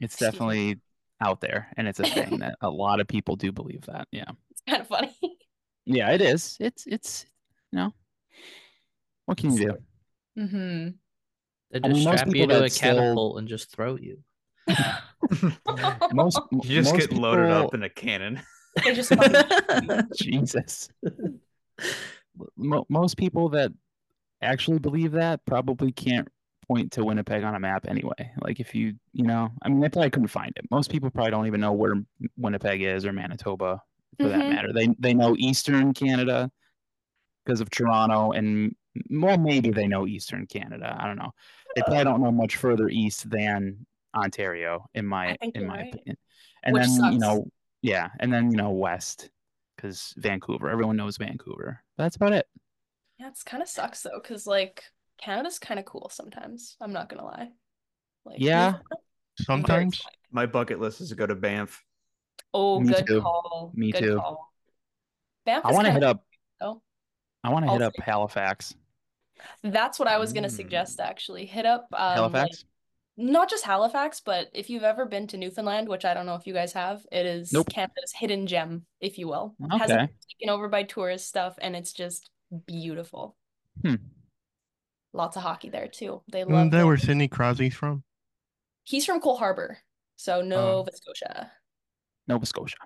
C: It's
D: Excuse me.
C: definitely out there, and it's a thing that a lot of people do believe that. Yeah,
D: it's kind of funny.
C: yeah, it is. It's it's you know, what can you do?
D: mm-hmm.
B: They
C: I mean,
B: just
C: most
B: strap you
C: people
B: to a
C: that still-
B: catapult and just throw you.
C: Most
F: You just
C: most
F: get loaded up
C: people-
F: in a cannon.
D: they just fucking-
C: Jesus. Mo- most people that actually believe that probably can't point to Winnipeg on a map anyway. Like if you, you know, I mean, they probably couldn't find it. Most people probably don't even know where Winnipeg is or Manitoba for that
D: Mhm.
C: matter. They they know Eastern Canada because of Toronto and well, maybe they know Eastern Canada. I don't know. They probably don't know much further east than Ontario, in my
D: I think
C: in
D: you're
C: my
D: right.
C: opinion. And
D: Which
C: then
D: sucks.
C: you know, yeah, and then you know, west because Vancouver. Everyone knows Vancouver. That's about it.
D: Yeah, it's kind of sucks though, because like Canada's kind of cool sometimes. I'm not gonna lie. Like
C: Yeah.
E: Sometimes
F: My bucket list is to go to Banff.
D: Oh,
C: Me
D: good
C: too.
D: call.
C: Me
D: good
C: too.
D: Call. Banff
C: I
D: is
C: want to
D: kinda
C: hit up.
D: though.
C: I want to hit
D: I'll
C: up Halifax.
D: That's what I was gonna
F: Mm.
D: suggest actually. Hit up um like,
C: Halifax.
D: not just Halifax, but if you've ever been to Newfoundland, which I don't know if you guys have, it is
C: Nope.
D: Canada's hidden gem, if you will. It Hasn't
C: Okay.
D: been taken over by tourist stuff, and it's just beautiful.
C: Hmm.
D: Lots of hockey there too. They love
E: isn't that
D: their-
E: Mm, where Sidney Crosby's from?
D: He's from Cole Harbour, so Nova Scotia.
C: Nova Scotia.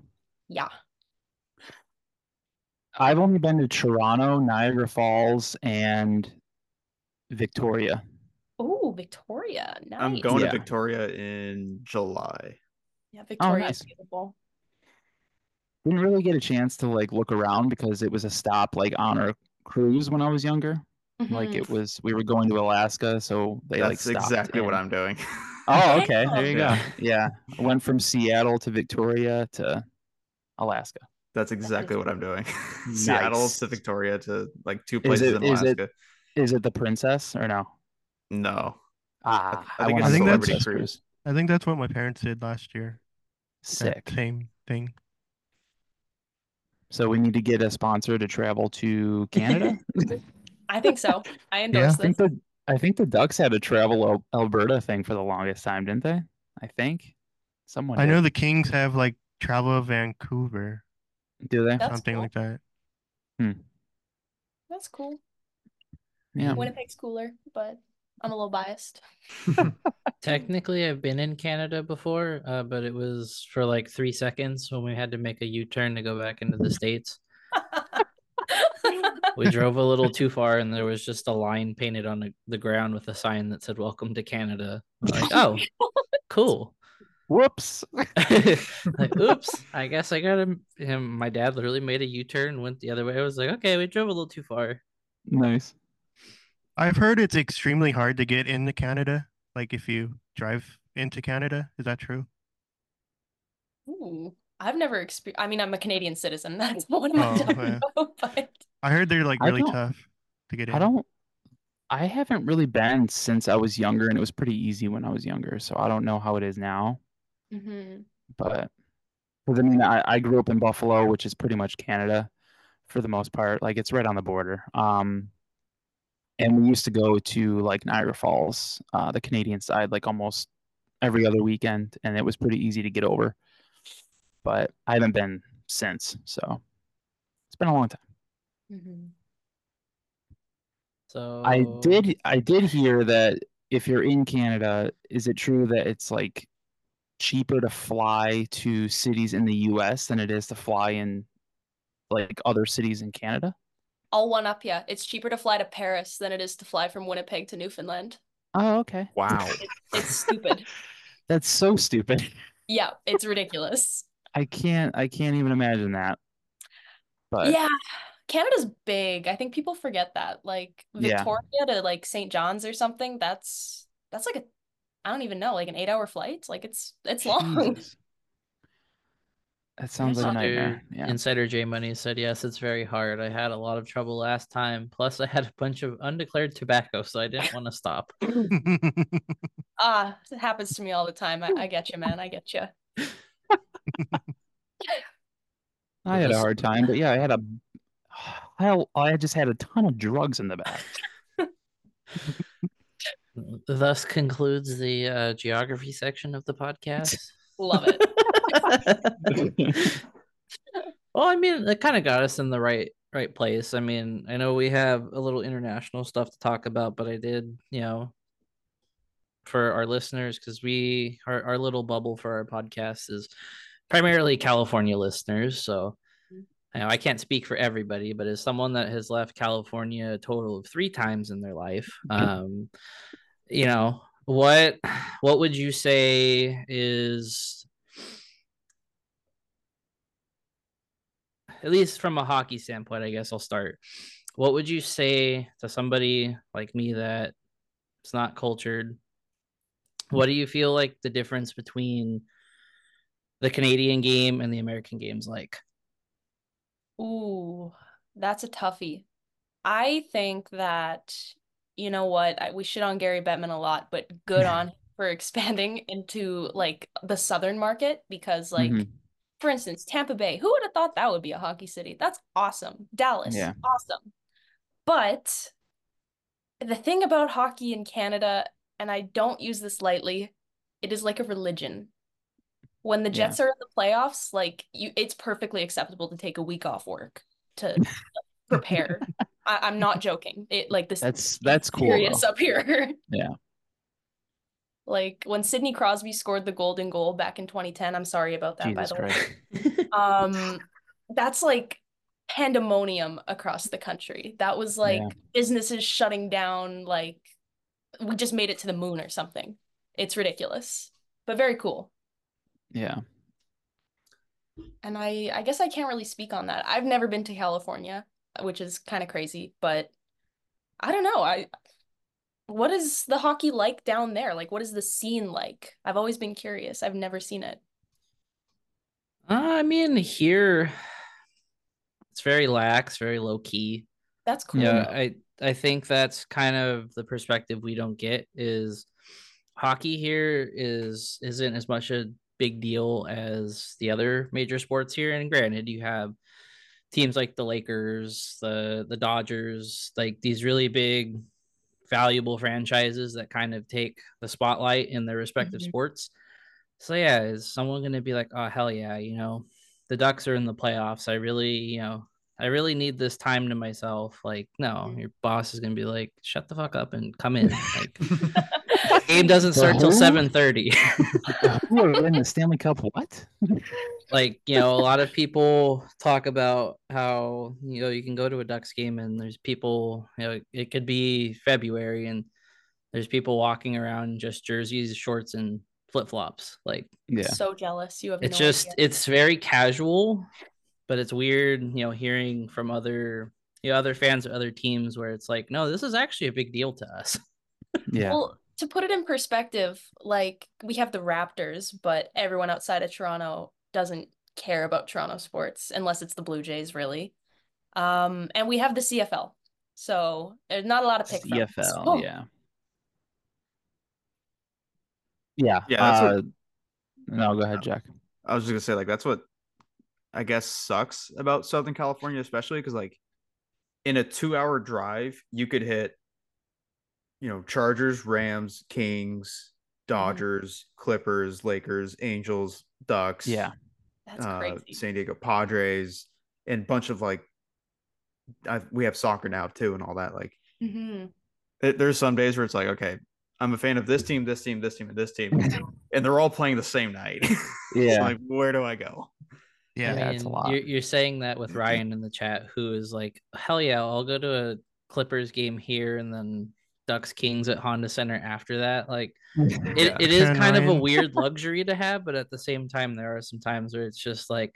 D: Yeah.
C: I've only been to Toronto, Niagara Falls, and Victoria.
D: Oh, Victoria. Nice.
F: I'm going
C: Yeah.
F: to Victoria in July.
D: Yeah, Victoria's
C: Oh, nice.
D: beautiful.
C: didn't really get a chance to like look around because it was a stop like on our cruise when I was younger. Like
D: Mhm.
C: it was, we were going to Alaska, so they like
F: That's
C: stopped
F: exactly what
C: and-
F: I'm doing.
C: Oh, okay, there
D: Damn.
C: you
F: Yeah.
C: go. Yeah, I went from Seattle to Victoria to Alaska.
F: That's exactly what I'm doing.
C: Nice.
F: Seattle to Victoria to like two
C: Is
F: places
C: it-
F: in
C: is it-
F: Alaska.
C: Is it the Princess or no?
F: No.
C: Ah,
F: I think
C: went
E: it's
C: on the
E: Celebrity
C: Princess
F: Cruise.
E: I think that's what my parents did last year. That
C: Sick.
E: same thing.
C: So we need to get a sponsor to travel to Canada.
D: I think so. I
C: I
D: endorse
C: think
D: this.
C: the I think the Ducks had a travel Al- Alberta thing for the longest time, didn't they? I think someone.
E: I
C: did.
E: know the Kings have like travel Vancouver,
C: Do they?
D: That's
E: something
D: cool.
E: like that.
D: That's cool.
C: Yeah.
D: Winnipeg's cooler, but I'm a little biased.
B: Technically, I've been in Canada before, uh, but it was for like three seconds when we had to make a U turn to go back into the States. We drove a little too far, and there was just a line painted on the- the ground with a sign that said, Welcome to Canada. I'm like, oh, cool.
C: Whoops.
B: like, oops, I guess I got him. him. My dad literally made a U turn, went the other way. I was like, okay, we drove a little too far.
C: Nice.
E: I've heard it's extremely hard to get into Canada. Like if you drive into Canada, is that true?
D: Ooh, I've never experienced. I mean, I'm a Canadian citizen. That's what am I
E: Oh,
D: talking
E: yeah.
D: about? But
E: I heard they're like
C: I
E: really
C: don't-
E: tough to get in.
C: I don't. I haven't really been since I was younger, and it was pretty easy when I was younger. So I don't know how it is now,
D: Mhm.
C: but because I mean, I, I grew up in Buffalo, which is pretty much Canada for the most part. Like it's right on the border. Um, and we used to go to like Niagara Falls, uh, the Canadian side, like almost every other weekend, and it was pretty easy to get over. But I haven't been since, so it's been a long time.
D: Mhm.
B: So
C: I did I did hear that if you're in Canada, is it true that it's like cheaper to fly to cities in the US than it is to fly in like other cities in Canada?
D: I'll one up you. It's cheaper to fly to Paris than it is to fly from Winnipeg to Newfoundland.
C: Oh, okay.
F: wow.
D: It's stupid.
C: That's so stupid.
D: Yeah, it's ridiculous.
C: I can't I can't even imagine that. But
D: Yeah, Canada's big. I think people forget that. Like
C: Yeah.
D: Victoria to like St. John's or something, that's that's like a I don't even know, like an eight hour flight. Like it's it's long.
C: Jesus. That sounds like a
B: Insider-
C: nightmare. Yeah.
B: Insider J Money said, Yes, it's very hard. I had a lot of trouble last time. Plus, I had a bunch of undeclared tobacco, so I didn't want to stop.
D: Ah, it happens to me all the time. I, I get you, man. I get you.
C: I had a hard time, but yeah, I had a. I I just had a ton of drugs in the back.
B: Thus concludes the uh, geography section of the podcast.
D: Love it.
B: well, I mean, it kind of got us in the right right place. I mean, I know we have a little international stuff to talk about, but I did, you know, for our listeners because we our, our little bubble for our podcast is primarily California listeners. So you know, I can't speak for everybody, but as someone that has left California a total of three times in their life, um, you know what what would you say is at least from a hockey standpoint, I guess I'll start. What would you say to somebody like me that it's not cultured? What do you feel like the difference between the Canadian game and the American game's like?
D: Ooh, that's a toughie. I think that you know what I, we shit on Gary Bettman a lot, but good on for expanding into like the southern market because like
C: Mhm.
D: for instance, Tampa Bay. Who would have thought that would be a hockey city? That's awesome. Dallas,
C: Yeah.
D: awesome. But the thing about hockey in Canada, and I don't use this lightly, it is like a religion. When the
C: Yeah.
D: Jets are in the playoffs, like you, it's perfectly acceptable to take a week off work to prepare. I, I'm not joking. It like this
C: That's that's cool.
D: serious
C: though.
D: up here.
C: Yeah.
D: Like when Sidney Crosby scored the golden goal back in 2010. I'm sorry about that,
C: Jesus
D: by the way
C: Christ.
D: um that's like pandemonium across the country that was like
C: Yeah.
D: businesses shutting down like we just made it to the moon or something it's ridiculous but very cool
C: Yeah.
D: and i i guess i can't really speak on that i've never been to california which is kind of crazy but i don't know i what is the hockey like down there like what is the scene like i've always been curious i've never seen it
B: Uh, I mean, here it's very lax, very low key.
D: that's cool
B: Yeah, I I think that's kind of the perspective we don't get is hockey here is isn't as much a big deal as the other major sports here. And granted, you have teams like the Lakers, the the Dodgers, like these really big valuable franchises that kind of take the spotlight in their respective
D: Mhm.
B: sports. So yeah, is someone going to be like, "Oh hell yeah, you know, the Ducks are in the playoffs. I really, you know, I really need this time to myself. Like, no,
D: Mhm.
B: your boss is gonna be like, shut the fuck up and come in. Like, game doesn't start till
C: who?
B: seven thirty.
C: Uh, Who are in the Stanley Cup? What?
B: like, you know, a lot of people talk about how you know you can go to a Ducks game and there's people. You know, it could be February and there's people walking around in just jerseys, shorts, and flip flops. Like,
C: Yeah.
D: so jealous you have
B: it's
D: no
B: just
D: idea.
B: it's very casual but it's weird you know hearing from other you know, other fans of other teams where it's like no this is actually a big deal to us
C: Yeah.
D: Well, to put it in perspective, like we have the Raptors, but everyone outside of Toronto doesn't care about Toronto sports unless it's the Blue Jays, really. Um, and we have the CFL, so there's not a lot of pick from.
C: CFL.
D: So-
C: Yeah. Yeah.
F: Yeah, that's what-
C: uh, No, go ahead, Jack.
F: I was just gonna say like that's what I guess sucks about Southern California, especially because like in a two-hour drive, you could hit, you know, Chargers, Rams, Kings,
C: Mm-hmm.
F: Dodgers, Clippers, Lakers, Angels, Ducks,
C: Yeah.
D: That's
F: uh,
D: crazy.
F: San Diego Padres, and bunch of like I, we have soccer now too and all that. Like
D: Mhm.
F: it, there's some days where it's like, okay, I'm a fan of this team, this team, this team, and this team, and they're all playing the same night.
C: Yeah.
F: like, where do I go?
E: Yeah.
C: Yeah, it's a lot.
B: You're, you're saying that with ryan in the chat who is like hell yeah i'll go to a clippers game here and then ducks kings at honda center after that like it,
F: Yeah.
B: it is
E: Turn
B: kind of a
E: Ryan.
B: weird luxury to have, but at the same time, there are some times where it's just like,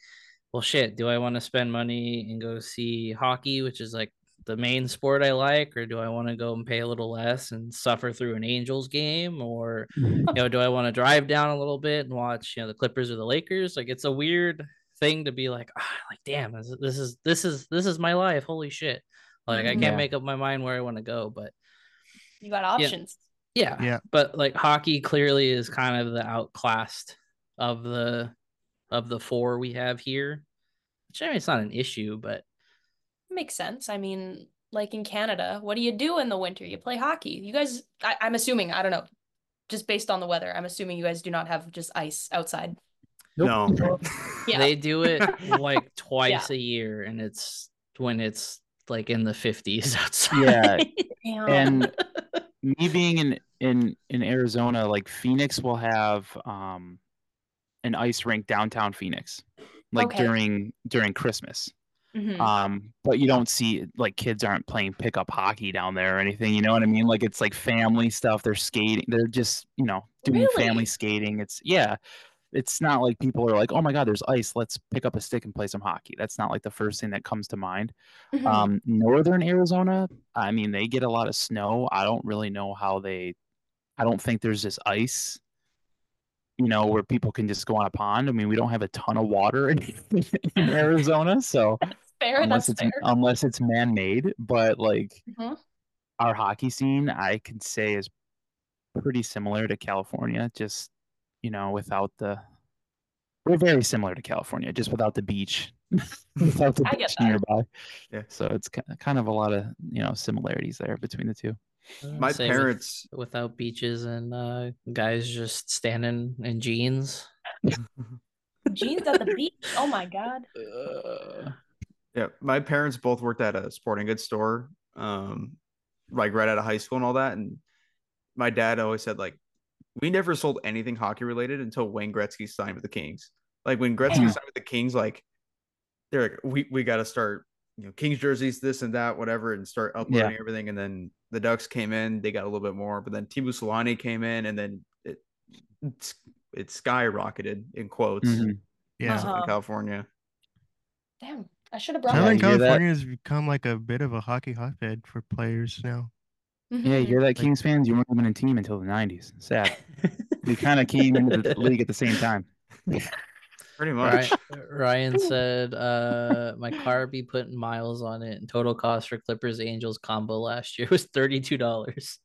B: well, shit, do I want to spend money and go see hockey, which is like the main sport I like, or do I want to go and pay a little less and suffer through an Angels game, or you know, do I want to drive down a little bit and watch you know the Clippers or the Lakers? Like, it's a weird thing to be like, ah, like damn, this, this is this is this is my life. Holy shit! Like, I can't
C: Yeah.
B: make up my mind where I want to go, but
D: You got options.
B: yeah.
E: Yeah.
B: But like hockey clearly is kind of the outclassed of the of the four we have here. Which I mean, it's not an issue, but
D: Makes sense. I mean, like in Canada, what do you do in the winter? You play hockey. You guys, I, I'm assuming, I don't know, just based on the weather, I'm assuming you guys do not have just ice outside.
F: No.
D: Yeah.
B: they do it like twice a year, and it's when it's like in the fifties outside.
C: Yeah,
D: Damn.
C: and me being in in in Arizona, like Phoenix will have um an ice rink downtown Phoenix, like
D: Okay.
C: during during Christmas.
D: Mhm.
C: Um, but you don't see like kids aren't playing pickup hockey down there or anything. You know what I mean? Like it's like family stuff. They're skating. They're just you know doing
D: Really?
C: family skating. It's yeah. It's not like people are like, oh my god, there's ice. Let's pick up a stick and play some hockey. That's not like the first thing that comes to mind.
D: Mhm.
C: Um, northern Arizona, I mean, they get a lot of snow. I don't really know how they, I don't think there's this ice, you know, where people can just go on a pond. I mean, we don't have a ton of water in, in Arizona, so
D: fair.
C: unless it's
D: That's fair.
C: unless it's man-made, but like
D: Mhm.
C: our hockey scene, I could say is pretty similar to California, just you know, without the we're very similar to California, just without the beach, without the
D: I get
C: beach
D: that.
C: nearby.
F: Yeah.
C: So it's ki- kind of a lot of you know similarities there between the two.
B: I'd
F: My
B: say with-
F: parents
B: without beaches and uh, guys just standing in jeans.
D: Jeans at the beach. Oh my God.
F: Uh, Yeah, my parents both worked at a sporting goods store, um, like right out of high school and all that. And my dad always said like, we never sold anything hockey related until Wayne Gretzky signed with the Kings. Like when Gretzky
C: Yeah.
F: signed with the Kings, like they're like, we we got to start, you know, Kings jerseys, this and that, whatever, and start uploading everything. And then the Ducks came in, they got a little bit more, but then Timu Solani came in, and then it it's, it skyrocketed in quotes
C: Mhm.
E: Yeah.
D: Uh-huh.
F: in California.
D: Damn. I should have brought
C: Yeah,
E: Southern
D: it.
C: you hear that?
E: California has become like a bit of a hockey hotbed for players now.
C: Yeah,
D: Mhm.
C: you're that Kings fans. You weren't even a team until the '90s. Sad. We kind of came into the league at the same time.
F: Pretty much.
B: Ryan, Ryan said, uh, "My car be putting miles on it, and total cost for Clippers Angels combo last year was thirty-two dollars."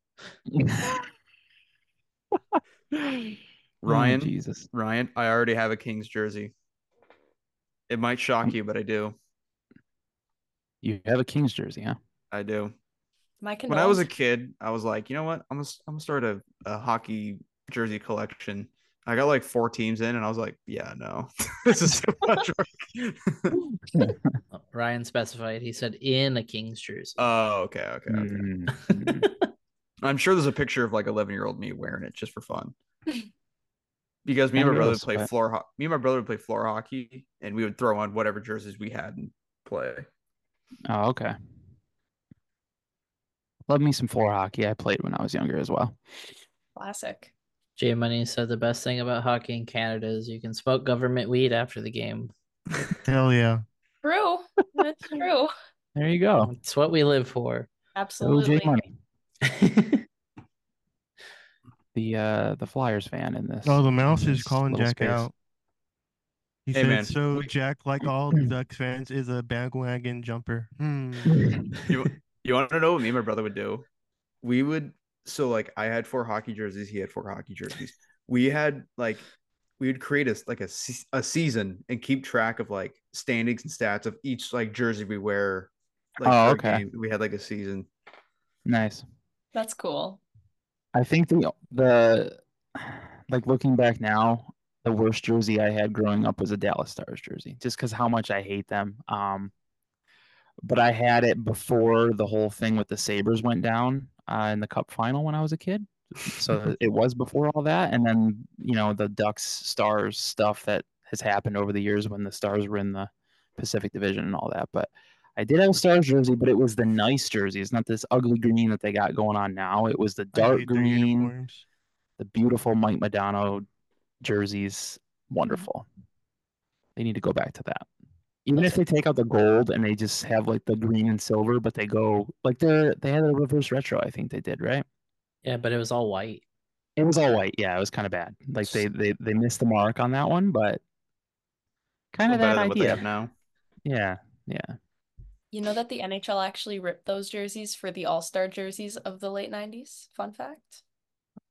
C: Oh,
F: Ryan?
C: Jesus.
F: Ryan, I already have a Kings jersey. It might shock you, but I do.
C: You have a Kings jersey, huh?
F: I do.
D: My
F: When I was a
D: condolences.
F: kid, I was like, you know what? I'm gonna, s- I'm gonna start a, a hockey jersey collection. I got like four teams in, and I was like, yeah, no, this is too much. Work.
B: Ryan specified. He said, "In a Kings jersey."
F: oh, okay, okay, okay.
C: Mm.
F: I'm sure there's a picture of like 11 year old me wearing it just for fun. Because me
C: I
F: and my
C: know
F: brother would
C: that's
F: play
C: right.
F: floor. Ho- me and my brother would play floor hockey, and we would throw on whatever jerseys we had and play.
C: Oh, okay. Love me some floor hockey. I played when I was younger as well.
D: Classic.
B: Jay Money said, "The best thing about hockey in Canada is you can smoke government weed after the game.
E: Hell yeah.
D: True. That's true.
C: There you go.
B: It's what we live for."
D: Absolutely.
C: OJ Money, the uh, the Flyers fan in this.
E: Oh, the mouse
C: in
E: is
C: this
E: calling
C: little
E: Jack
C: space.
E: out. He
F: Hey,
E: said,
F: man.
E: so Jack, like all
C: Hmm.
E: Ducks fans, is a bandwagon jumper. Hmm.
F: You- You want to know what me and my brother would do? We would so like I had four hockey jerseys. He had four hockey jerseys. We had like we would create a like a se- a season and keep track of like standings and stats of each like jersey we wear. Like,
C: Oh,
F: per
C: okay.
F: game. We had like a season.
C: Nice.
D: That's cool.
C: I think the the like looking back now, the worst jersey I had growing up was a Dallas Stars jersey, just because how much I hate them. Um, but I had it before the whole thing with the Sabers went down uh, in the Cup final when I was a kid. So it was before all that, and then you know the Ducks Stars stuff that has happened over the years when the Stars were in the Pacific Division and all that. But I did have a Stars jersey, but it was the nice jersey. It's not this ugly green that they got going on now. It was the
E: I
C: dark
E: hate their
C: green
E: uniforms.
C: the beautiful Mike Madonna jerseys. Wonderful. They need to go back to that. Even if they take out the gold and they just have like the green and silver, but they go like they're they had a reverse retro, I think they did, right?
B: yeah, but it was all white.
C: It was all white. Yeah, it was kind of bad. Like they they, they missed the mark on that one, but kind
F: Better
C: of that
F: than what they have
C: idea.
F: now.
C: Yeah. Yeah.
D: You know that the NHL actually ripped those jerseys for the All Star jerseys of the late 90s? Fun fact.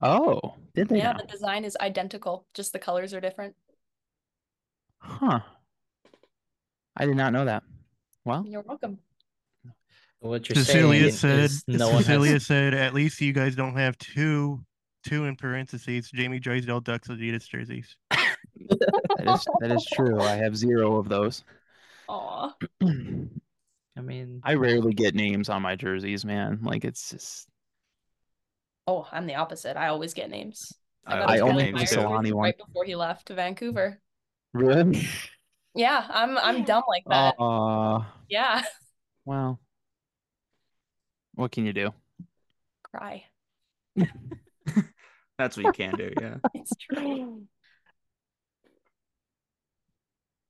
C: Oh, did they?
D: Yeah,
C: now?
D: the design is identical, just the colors are different.
C: Huh. I did not know that. Well,
D: You're welcome.
B: What you're
E: Cecilia
B: saying
E: said.
B: is no one
E: Cecilia
B: has.
E: said, "At least you guys don't have two, two in parentheses. Jamie Drysdale Ducks Adidas jerseys.
C: that is that is true. I have zero of those.
D: Aw.
B: I mean,
C: I rarely get names on my jerseys, man. Like it's just
D: Oh, I'm the opposite. I always get names.
F: I,
D: got
C: I
D: this guy
F: always
C: only
F: get
C: have
F: names
C: the
F: too.
D: fired
C: Solani one.
D: right before he left to Vancouver.
C: Really?
D: Yeah, I'm I'm dumb like that.
C: Aw,
D: yeah.
C: well. What can you do?
D: Cry.
F: That's what you can do. Yeah.
D: It's true.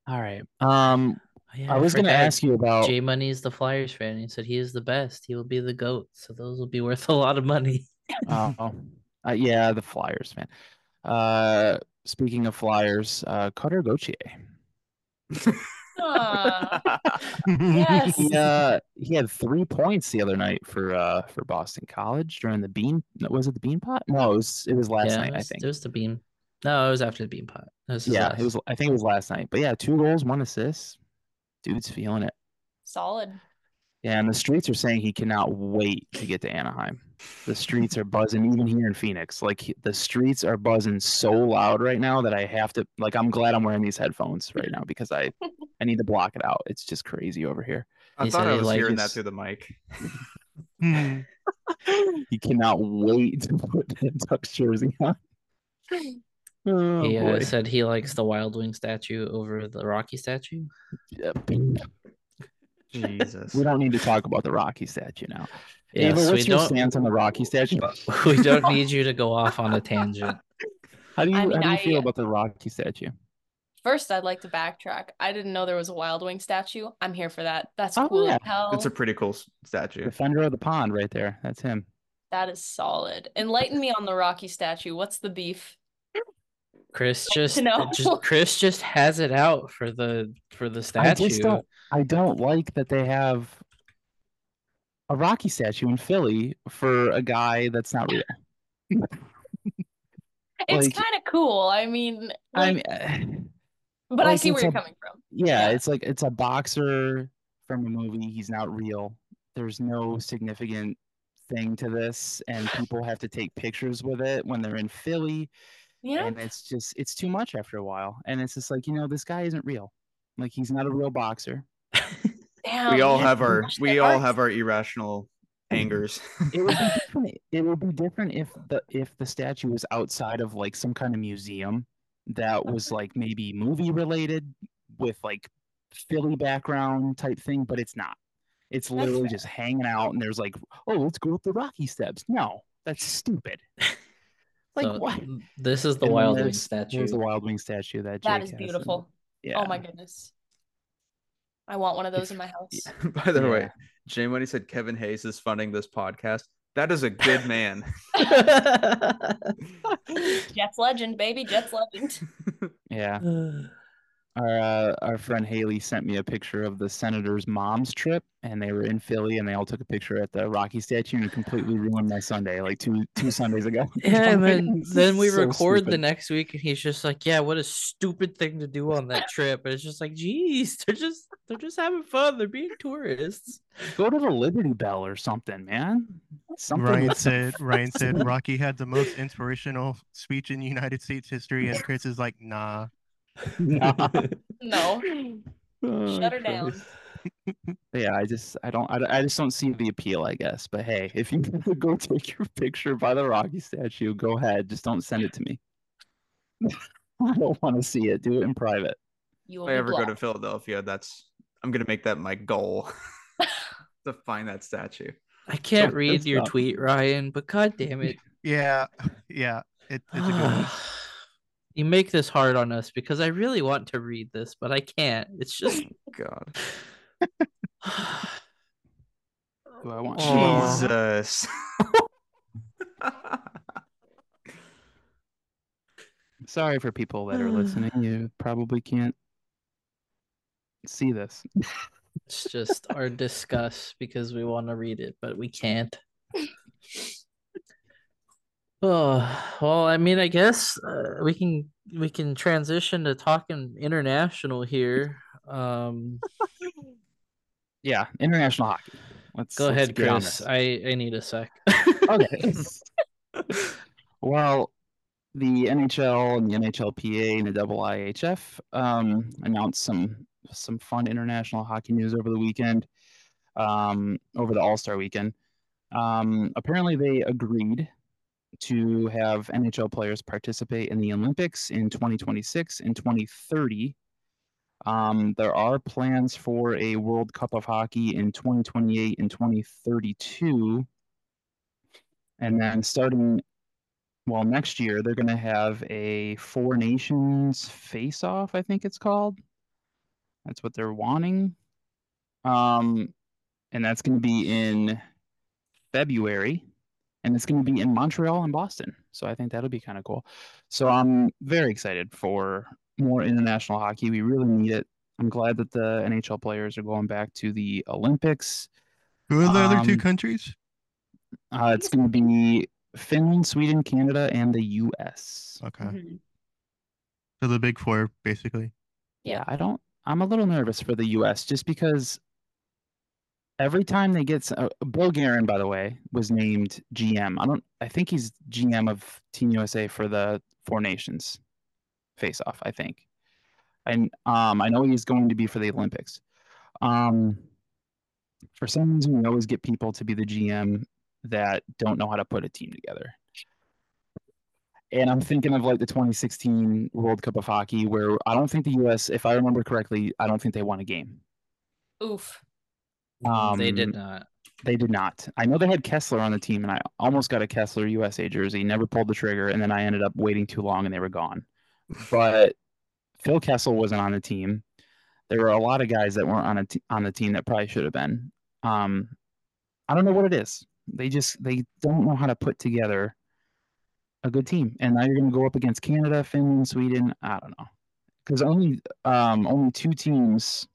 C: All right. Um,
B: yeah,
C: I was gonna
B: forgot.
C: ask you about.
B: Jay Money is the Flyers fan. He said he is the best. He will be the goat. So those will be worth a lot of money.
C: Oh, uh, yeah, the Flyers, man. Uh, speaking of Flyers, uh, Cutter Gauthier.
D: Aw, yes.
C: He, uh, he had three points the other night for uh for Boston College during the bean. Was it the bean pot? No, it was it was last
B: yeah,
C: night.
B: it
C: I
B: was,
C: think.
B: it was the bean. No, it was after the bean pot. That was his
C: yeah,
B: last.
C: it was. I think it was last night. But yeah, two goals, one assist. Dude's feeling it.
D: Solid.
C: Yeah, and the streets are saying he cannot wait to get to Anaheim. The streets are buzzing, even here in Phoenix. Like he- the streets are buzzing so loud right now that I have to. Like I'm glad I'm wearing these headphones right now because I I need to block it out. It's just crazy over here.
F: I
B: He
F: thought
B: said
F: I
B: he
F: was
B: likes
F: hearing that
C: his-
F: through the mic.
E: Hmm.
C: He cannot wait to put that Ducks jersey on. Oh,
B: he uh,
C: boy.
B: said he likes the Wild Wing statue over the Rocky statue.
C: Yep.
F: Jesus.
C: We don't need to talk about the Rocky statue now.
B: Yes,
C: Ava,
B: we
C: what's your
B: don't-
C: stance on the Rocky statue?
B: We don't need you to go off on a tangent.
C: How do you
D: I mean,
C: how do you feel
D: I-
C: about the Rocky statue?
D: First, I'd like to backtrack. I didn't know there was a Wild Wing statue. I'm here for that. That's
C: Oh,
D: cool
C: yeah.
D: as hell.
F: It's a pretty cool s- statue.
C: Defender of the pond, right there. That's him.
D: That is solid. Enlighten me on the Rocky statue. What's the beef?
B: Chris just,
D: know.
B: just Chris just has it out for the for the statue.
C: I just don't. I don't like that they have a Rocky statue in Philly for a guy that's not real.
D: It's
C: Like-
D: kind of cool. I mean,
C: I
D: like,
C: mean, eh,
D: but I
C: like,
D: see where
C: it's
D: you're
C: a-
D: coming from.
C: yeah,
D: Yeah.
C: it's like it's a boxer from a movie. He's not real. There's no significant thing to this, and people have to take pictures with it when they're in Philly,
D: Yeah.
C: and it's just it's too much after a while. And it's just like you know, this guy isn't real. Like he's not a real boxer.
D: Damn.
F: We all
D: yeah.
F: have our
D: Gosh,
F: we
D: they
F: all
D: are-
F: have our irrational angers.
C: it would be different. It would be different if the if the statue was outside of like some kind of museum that was like maybe movie related with like Philly background type thing, but it's not. It's literally just hanging out, and there's like, oh, let's go up the rocky steps. No, that's stupid. Like
B: So,
C: what?
B: This is the
C: And
B: Wild Wing
C: there's-
B: statue.
C: There's the Wild Wing statue that
D: That
C: Jake has,
D: is
C: and-
D: beautiful.
C: Yeah.
D: Oh my goodness. I want one of those in my house.
F: By the way,
C: Yeah.
F: Jay Money said Kevin Hayes is funding this podcast. That is a good man.
D: Jets legend, baby. Jets legend.
C: Yeah. Our uh, our friend Haley sent me a picture of the senator's mom's trip, and they were in Philly, and they all took a picture at the Rocky statue, and it completely ruined my Sunday like two two Sundays ago.
B: Yeah, and
C: I'm like,
B: then
C: "This
B: then
C: is
B: we
C: so
B: record the
C: stupid."
B: next week, and he's just like, "Yeah, what a stupid thing to do on that trip." And it's just like, "Geez, they're just they're just having fun. They're being tourists."
C: Go to the Liberty Bell or something, man. Something.
E: Ryan
C: with some-
E: said. Ryan said Rocky had the most inspirational speech in United States history, and Chris is like, "Nah."
C: Nah.
D: No.
C: Oh,
D: Shut her down.
C: Christ. Yeah, I just I don't I, don't- I just don't see the appeal, I guess. But hey, if you go take your picture by the Rocky statue, go ahead. Just don't send it to me. I don't want to see it. Do it in private.
D: You will
F: If I
D: be
F: ever go to
D: blocked.
F: Philadelphia, that's I'm gonna make that my goal to find that statue.
B: I can't
C: Don't
B: read
C: piss
B: your
C: off.
B: tweet, Ryan, but god damn it,
E: Yeah, yeah. It, it's a good one.
B: you make this hard on us because I really want to read this, but I can't. It's just
F: God.
C: Do I want?
B: Aw.
F: Jesus.
C: Sorry for people that are listening. You probably can't see this.
B: it's just our disgust because we want to read it, but we can't. Oh well, I mean, I guess uh, we can we can transition to talking international here. Um,
C: Yeah, international hockey. Let's
B: go
C: let's
B: ahead,
C: get on
B: Chris.
C: this.
B: I I need a sec.
C: okay. well, the NHL and the NHLPA and the IIHF um, announced some some fun international hockey news over the weekend, um, over the All Star weekend. Um, apparently, they agreed to have NHL players participate in the Olympics in 2026 and 2030. Um, there are plans for a World Cup of Hockey in 2028 and 2032. And then starting, well, next year, they're going to have a Four Nations Face Off, I think it's called. That's what they're wanting. Um, and that's going to be in February. And it's going to be in Montreal and Boston. So I think that'll be kind of cool. So I'm very excited for more international hockey. We really need it. I'm glad that the NHL players are going back to the Olympics.
E: Who are the other two
C: Um,
E: countries?
C: Uh, it's going to be Finland, Sweden, Canada, and the U.S.
E: Okay.
D: Mhm.
E: So the big four, basically.
C: Yeah, I don't. I'm a little nervous for the U.S. just because every time they get s- uh, Bill Guerin, by the way, was named GM. I don't. I think he's GM of Team USA for the Four Nations face-off. I think, and um, I know he's going to be for the Olympics. Um, for some reason, we always get people to be the GM that don't know how to put a team together. And I'm thinking of like the 2016 World Cup of Hockey, where I don't think the U.S., if I remember correctly, I don't think they won a game.
D: Oof.
B: they did
C: Um,
B: not.
C: They did not. I know they had Kessler on the team, and I almost got a Kessler USA jersey, never pulled the trigger, and then I ended up waiting too long and they were gone. But Phil Kessel wasn't on the team. There were a lot of guys that weren't on a t- on the team that probably should have been. Um, I don't know what it is. They just they don't know how to put together a good team. And now you're going to go up against Canada, Finland, Sweden. I don't know because only um, only two teams.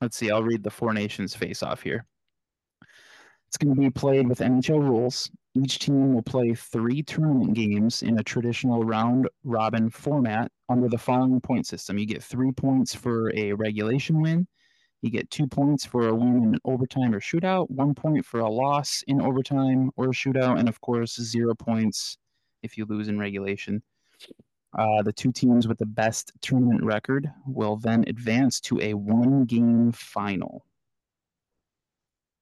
C: Let's see. I'll read the four nations face off here. It's going to be played with NHL rules. Each team will play three tournament games in a traditional round robin format under the following point system. You get three points for a regulation win. You get two points for a win in overtime or shootout, one point for a loss in overtime or shootout, and of course, zero points if you lose in regulation. Uh, the two teams with the best tournament record will then advance to a one game final.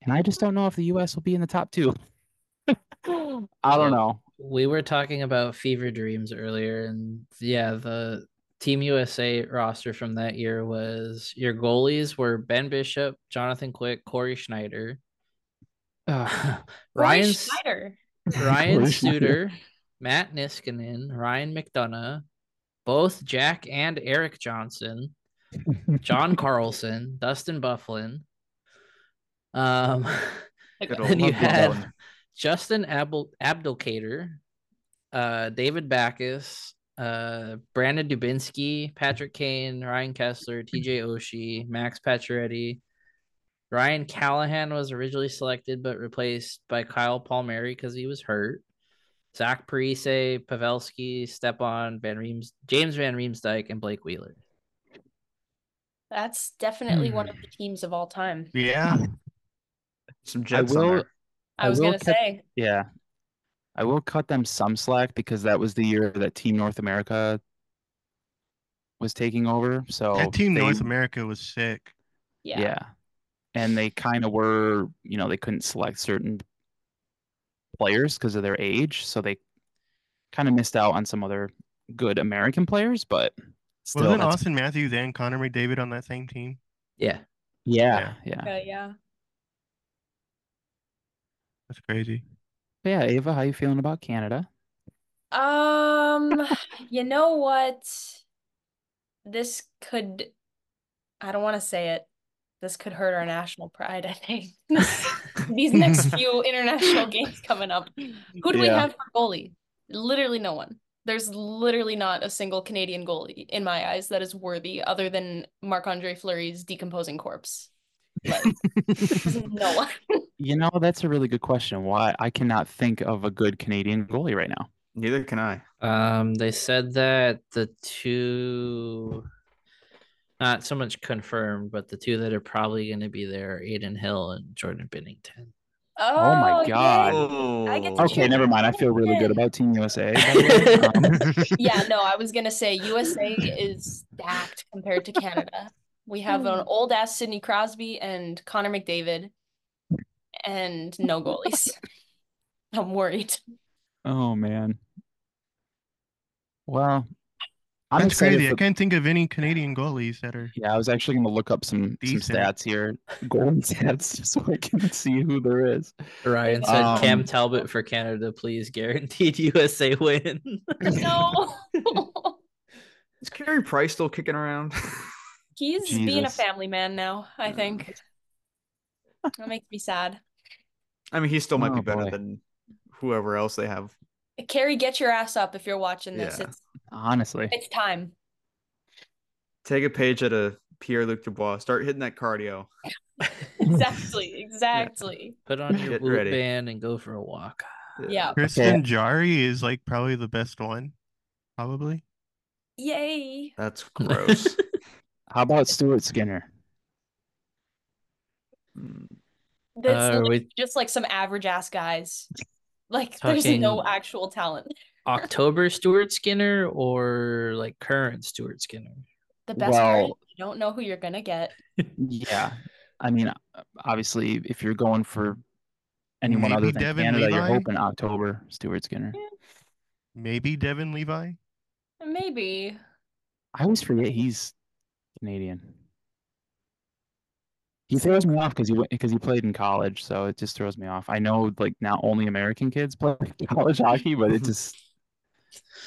C: And I just don't know if the U.S. will be in the top two. I don't know.
B: We were talking about fever dreams earlier, and yeah, the Team USA roster from that year was your goalies were Ben Bishop, Jonathan Quick, Corey Schneider, uh,
D: Roy
B: Ryan S-
D: Schneider.
B: Ryan
C: Corey Schneider.
B: Suter, Matt Niskanen, Ryan McDonough, both Jack and Eric Johnson, John Carlson, Dustin Bufflin. Um,
D: Like,
F: Good
B: then you
F: old Buffalo
B: had
F: Bills.
B: Justin Abel- Abdulkader, uh, David Backus, uh, Brandon Dubinsky, Patrick Kane, Ryan Kessler, TJ Oshie, Max Pacioretty. Ryan Callahan was originally selected but replaced by Kyle Palmieri because he was hurt. Zach Parise, Pavelski, Stepan, Van Reems, James Van Riemsdyk, and Blake Wheeler.
D: That's definitely one of the teams of all time.
C: Hmm.
E: Yeah.
F: Some Jets on
C: will-
F: there.
D: I
C: I
D: was
C: will
D: gonna
C: catch-
D: say
C: Yeah. I will cut them some slack because that was the year that Team North America was taking over.
B: Oh,
C: So
E: that team
C: they-
E: North America was sick.
D: Yeah.
C: And they kind of were, you know, they couldn't select certain players because of their age. So they kind of missed out on some other good American players, but still.
E: Wasn't
C: that's-
E: Austin Matthews and Connor McDavid on that same team?
B: Yeah.
C: Yeah. Yeah.
D: Uh, yeah.
E: That's crazy.
C: But yeah. Ava, how you feeling about Canada?
D: Um, you know what? This could, I don't want to say it. This could hurt our national pride, I think. These next few international games coming up. Who do we
C: Yeah.
D: have for goalie? Literally no one. There's literally not a single Canadian goalie in my eyes that is worthy other than Marc-Andre Fleury's decomposing corpse. There's no one.
C: You know, that's a really good question. Why I cannot think of a good Canadian goalie right now.
F: Neither can I.
B: Um, they said that the two not so much confirmed, but the two that are probably going to be there, Aiden Hill and Jordan Bennington.
D: Oh,
C: Oh, my god.
D: yay. I get to
C: Oh. Okay,
D: cheer
C: never
D: for
C: mind. I feel really good
D: Jordan.
C: about Team USA. by the way. Um,
D: Yeah, no, I was gonna say USA is stacked compared to Canada. We have an
C: Hmm.
D: old ass Sidney Crosby and Connor McDavid and no goalies. I'm worried.
C: oh man. Well, I'm
E: That's
C: excited
E: crazy.
C: for-
E: I can't think of any Canadian goalies that are.
C: Yeah, I was actually going to look up some some
E: Decent.
C: stats here, golden stats, just so I can see who there is.
B: Ryan said Cam
C: Um,
B: Talbot for Canada, please guaranteed USA win.
D: No.
F: Is Carey Price still kicking around?
D: He's being a
C: Jesus.
D: family man now, I think. That makes me sad.
F: I mean, he still might be
C: Oh,
F: better
C: boy.
F: than whoever else they have.
D: Carrie, get your ass up if you're watching this.
F: Yeah.
D: It's
C: Honestly,
D: it's time.
F: Take a page out of Pierre Luc Dubois. Start hitting that cardio.
D: Exactly. Exactly.
B: Put on your
F: Get
B: blue
F: ready.
B: band and go for a walk.
D: Yeah.
E: Kristen Jari is like probably the best one. Probably.
D: Yay.
F: That's gross.
C: how about Stuart Skinner?
F: Mm.
D: That's
B: Uh,
D: like-
B: we-
D: just like some average ass guys. Like there's no
B: Talking-
D: actual talent.
B: October Stuart Skinner or like current Stuart Skinner?
D: The best part is
C: Well-
D: you don't know who you're gonna get.
C: Yeah, I mean, obviously, if you're going for anyone other
E: Maybe
C: than
E: Devin
C: Canada, you're
E: Levi?
C: hoping October Stuart Skinner.
E: Maybe Devin Levi.
D: Maybe.
C: I always forget he's Canadian. He throws me off because he because he played in college, so it just throws me off. I know like not only American kids play college hockey, but it just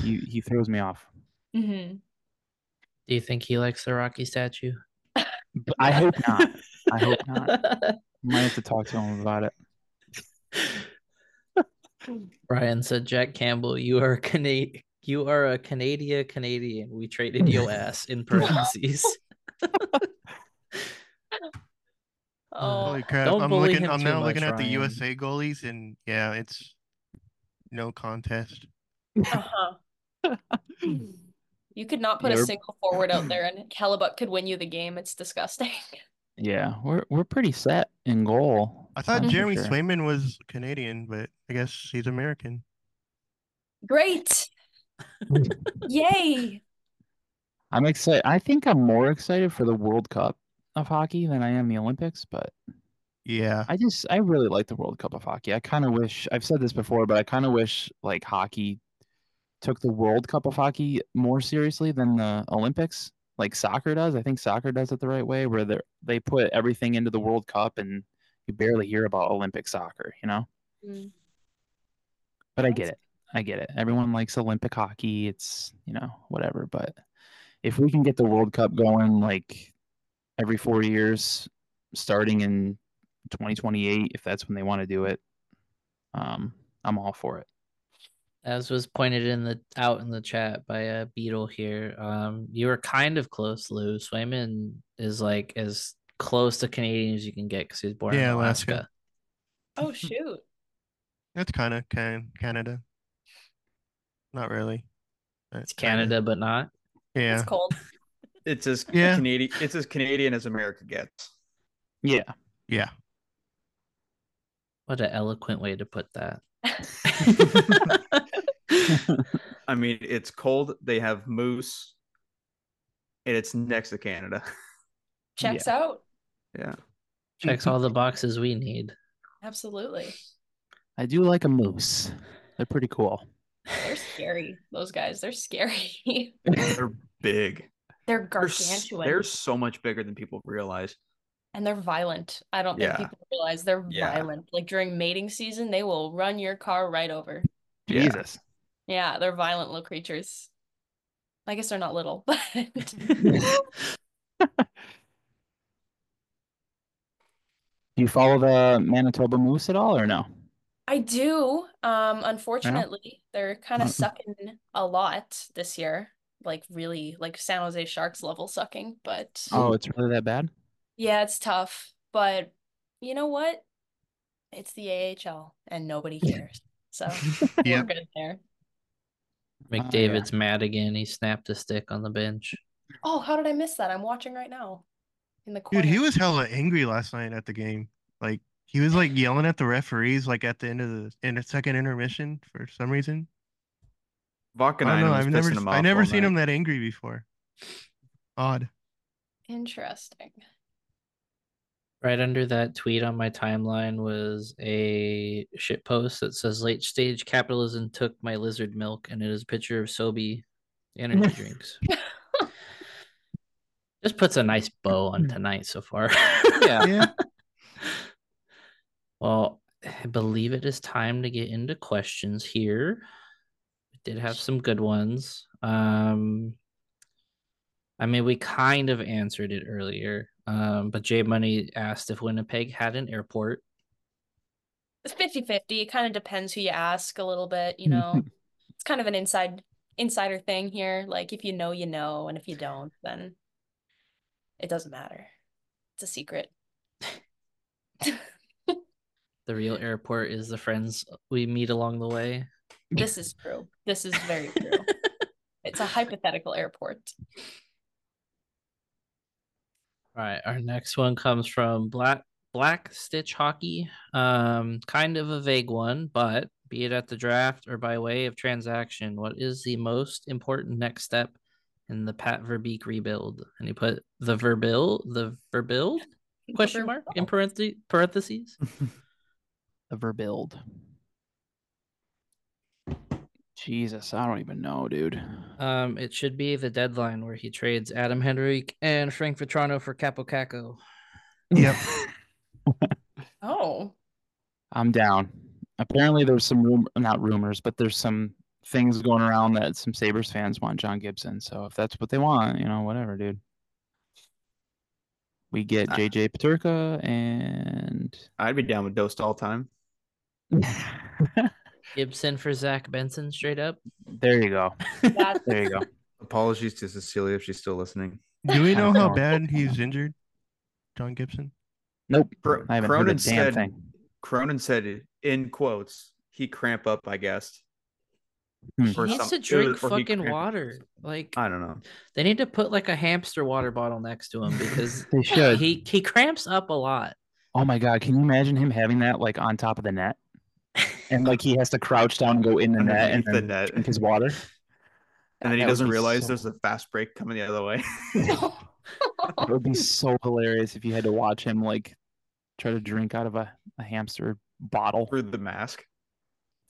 C: he he throws me off.
D: hmm
B: Do you think he likes the Rocky statue?
C: But I hope not. I hope not. Might have to talk to him about it.
B: Ryan said, Jack Campbell, you are Canadian. You are a Canadian Canadian. We traded your ass in parentheses.
D: Oh
F: Oh,
E: Holy crap!
B: Don't
E: I'm
B: bully
E: looking.
B: him
E: I'm
B: too
E: now
B: much,
E: looking at the
B: Ryan.
E: USA goalies, and yeah, it's no contest.
D: uh-huh. you could not put a
C: You're-
D: single forward out there and Hellebuck could win you the game. It's disgusting.
C: Yeah, we're we're pretty set in goal.
E: I thought
C: that's for
E: Jeremy
C: sure.
E: Swayman was Canadian, but I guess he's American.
D: Great. Yay.
C: I'm excited. I think I'm more excited for the World Cup of hockey than I am the Olympics, but
E: Yeah,
C: I just I really like the World Cup of hockey. I kind of wish I've said this before, but I kind of wish like hockey took the World Cup of hockey more seriously than the Olympics, like soccer does. I think soccer does it the right way, where they are they put everything into the World Cup, and you barely hear about Olympic soccer, you know.
D: Mm.
C: But I
D: That's-
C: get it. I get it. Everyone likes Olympic hockey. It's you know whatever. But if we can get the World Cup going like every four years, starting in 2028 if that's when they want to do it um i'm all for it
B: As was pointed in the out in the chat by a beetle here, um, you were kind of close, Lou. Swayman is like as close to Canadian as you can get because he was born in
E: Yeah,
B: Alaska.
E: Alaska.
D: Oh shoot.
E: that's kind of can Canada. Not really. but
B: It's
E: kinda.
B: Canada, but not.
E: Yeah.
D: It's cold.
F: It's as
E: Yeah.
F: Canadian. It's as Canadian as America gets.
C: yeah
E: Yeah.
B: What an eloquent way to put that.
F: I mean, it's cold. They have moose, and it's next to Canada.
D: Checks out.
F: Yeah.
B: Checks all the boxes we need.
E: Oh,
D: Absolutely.
C: i do like a moose they're pretty cool
D: They're scary. Those guys, they're scary.
F: They're big.
D: They're
F: They're, s-
D: gargantuan
F: they're so much bigger than people realize.
D: and they're violent. I don't think
F: Yeah.
D: people realize they're
F: Yeah.
D: violent. Like during mating season, they will run your car right over.
F: Yeah.
C: jesus
D: Yeah, they're violent little creatures. I guess they're not little, but
C: do you follow the manitoba moose at all or no
D: I do. Um, unfortunately, they're kind of
C: Mm.
D: sucking a lot this year, like really like San Jose Sharks level sucking, but
C: oh it's really that bad
D: yeah, it's tough. But you know what? It's the AHL and nobody cares. So we're
E: Yep.
D: good there.
B: McDavid's mad again. He snapped a stick on the bench.
D: Oh, how did I miss that? I'm watching right now. In the corner.
E: Dude, he was hella angry last night at the game. Like he was like yelling at the referees like at the end of the in the second intermission for some reason. I don't know.
F: Vakaninen was
E: I've never
F: pissing him off.
E: I never
F: all
E: seen
F: night.
E: him that angry before. Odd.
D: Interesting.
B: Right under that tweet on my timeline was a shit post that says late stage capitalism took my lizard milk and it is a picture of Sobe energy drinks. Just puts a nice bow on tonight so far.
C: Yeah.
E: Yeah.
B: Well, I believe it is time to get into questions here. We did have some good ones. Um, I mean, we kind of answered it earlier, um, but Jay Money asked if Winnipeg had an airport.
D: It's 50-50. It kind of depends who you ask a little bit, you know. it's kind of an inside insider thing here. Like if you know, you know, and if you don't, then it doesn't matter. It's a secret.
B: The real airport is the friends we meet along the way.
D: This is true. This is very true. it's a hypothetical airport.
B: All right, our next one comes from Black Black Stitch Hockey. Um, kind of a vague one, but be it at the draft or by way of transaction, what is the most important next step in the Pat Verbeek rebuild? And he put the Verbil, the Verbuild question mark in parenthe- parentheses.
C: The Verbuild. Jesus, I don't even know, dude.
B: Um, it should be the deadline where he trades Adam Henrique and Frank Vitrano for Capo Caco.
E: Yep.
D: Oh.
C: I'm down. Apparently, there's some rum- not rumors, but there's some things going around that some Sabres fans want John Gibson. So if that's what they want, you know, whatever, dude. We get
F: Ah.
C: JJ Paterka and
F: I'd be down with Dost all time.
B: Gibson for Zach Benson, straight up.
C: there you go.
D: That's
C: There you go.
F: Apologies to Cecilia if she's still listening.
E: Do we know how
C: Oh.
E: bad he's injured? John Gibson?
C: Nope.
F: Cro-
C: I haven't heard a
F: Cronin
C: damn
F: said,
C: thing.
F: Cronin said in quotes, he cramp up, I guess.
C: Hmm.
F: or
B: he needs to
F: some-
B: drink
F: or he
B: fucking
F: cramp-
B: water. Like
F: I don't know.
B: they need to put like a hamster water bottle next to him because
C: They should.
B: he he cramps up a lot.
C: Oh my god, can you imagine him having that like on top of the net? And like he has to crouch down and go in the net and
F: Underneath the
C: then
F: net.
C: drink his water.
F: And then
C: That
F: he
C: would
F: doesn't
C: be
F: realize
C: so-
F: there's a fast break coming the other way.
C: It would be so hilarious if you had to watch him like try to drink out of a, a hamster bottle
F: through the mask.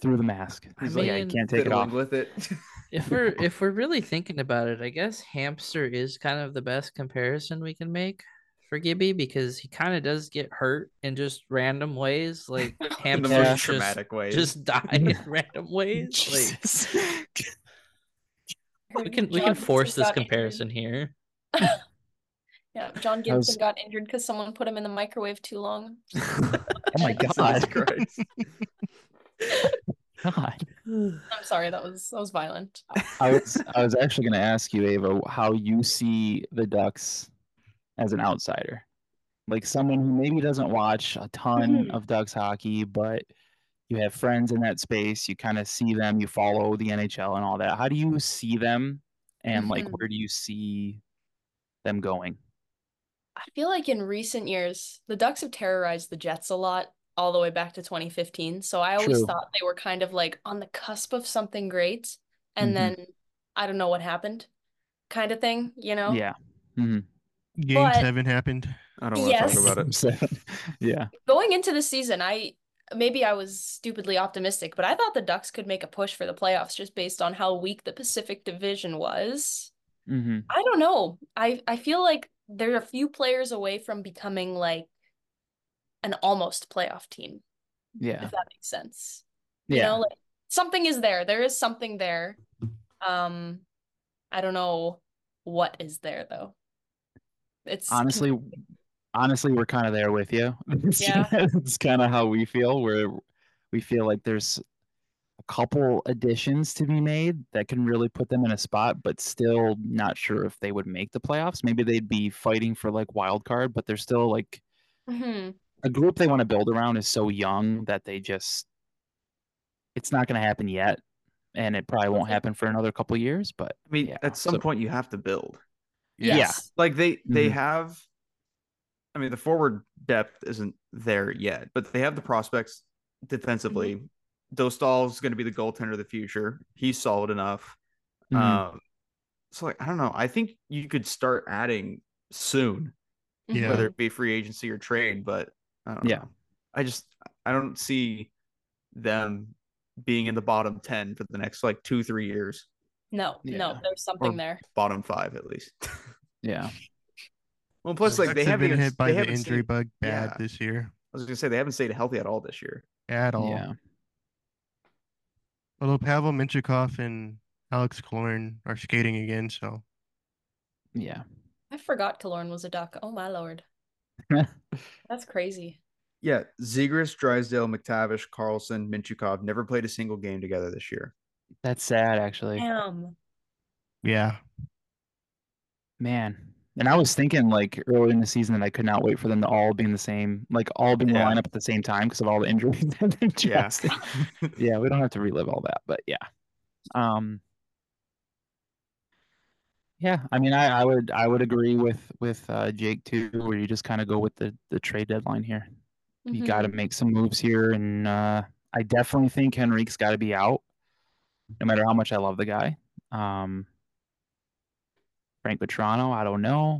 C: through the mask.
B: I
C: He's like, yeah, you
B: mean,
C: can't take it
F: fiddling
C: off.
F: with it.
B: If we're if we're really thinking about it, I guess hamster is kind of the best comparison we can make for Gibby because he kind of does get hurt in just random ways. Like
F: in the
B: hamsters
F: most
B: just,
F: traumatic way.
B: just die in random ways.
C: Jesus. Oh
B: Like we can we can force this comparison here.
D: Yeah, John
C: That was-
D: Gibson got injured because someone put him in the microwave too long.
C: oh my
F: Jesus
C: god.
F: Christ.
C: god.
D: I'm sorry, that was that was violent.
C: I was I was actually gonna ask you, Ava, how you see the Ducks as an outsider. Like someone who maybe doesn't watch a ton
D: Mhm.
C: of Ducks hockey, but you have friends in that space, you kind of see them, you follow the NHL and all that. How do you see them and like
D: Mhm.
C: where do you see them going?
D: I feel like in recent years, the Ducks have terrorized the Jets a lot all the way back to 2015. So I always
C: True.
D: thought they were kind of like on the cusp of something great. And
C: Mhm.
D: then I don't know what happened, kind of thing, you know?
C: Yeah. Mhm.
E: Game
D: But-
E: seven happened.
F: I don't want to
D: Yes.
F: talk about it.
C: So- yeah.
D: Going into the season, I maybe I was stupidly optimistic, but I thought the Ducks could make a push for the playoffs just based on how weak the Pacific Division was.
C: hmm
D: I don't know. I I feel like they're a few players away from becoming like an almost playoff team,
C: Yeah.
D: if that makes sense. You
C: Yeah.
D: know, like something is there. There is something there. Um, I don't know what is there though. It's
C: honestly honestly we're kind of there with you it's,
D: Yeah.
C: it's kind of how we feel where we feel like there's a couple additions to be made that can really put them in a spot but still not sure if they would make the playoffs maybe they'd be fighting for like wild card but they're still like
D: Mhm.
C: a group they want to build around is so young that they just it's not going to happen yet and it probably won't happen for another couple years but
F: I mean,
C: Yeah,
F: at some
C: so-
F: point you have to build.
C: Yeah.
D: Yes.
F: Like they they
C: Mhm.
F: have I mean the forward depth isn't there yet, but they have the prospects defensively. Dostal's going to be the goaltender of the future. He's solid enough.
C: Mhm.
F: Um so like I don't know. I think you could start adding soon,
D: Mhm.
E: Yeah.
F: whether it be free agency or trade, but I don't
C: Yeah.
F: know. I just I don't see them being in the bottom 10 for the next like 2-3 years,
D: No, no,
C: Yeah.
D: there's something
F: Or-
D: there.
F: bottom 5 at least.
C: yeah.
F: Well, plus
E: Sucks
F: like they
E: have
F: haven't
E: been
F: even-
E: hit by
F: they
E: the
F: haven't stayed-
E: injury bug bad
F: yeah.
E: this year
F: I was gonna say they haven't stayed healthy at all this year.
E: at all.
C: Yeah.
E: Although Pavel Minchikov and Alex Korn are skating again, so
C: Yeah.
D: I forgot Kalorn was a duck. Oh my lord. That's crazy.
F: Yeah, Zegras, Drysdale, McTavish, Carlson, Minchukov never played a single game together this year.
C: That's sad actually.
D: Damn.
E: yeah.
C: Man. And I was thinking like earlier in the season that I could not wait for them to all be in the same, like all be in the
F: Yeah.
C: lineup at the same time because of all the injuries. that they just- yeah, we don't have to relive all that, but yeah. Um Yeah, I mean I, I would I would agree with with uh Jake too, where you just kind of go with the the trade deadline here.
B: Mm-hmm.
D: Mm-hmm.
C: You got to make some moves here, and uh, I definitely think Henrique's got to be out. No matter how much I love the guy, um, Frank Petrano, I don't know.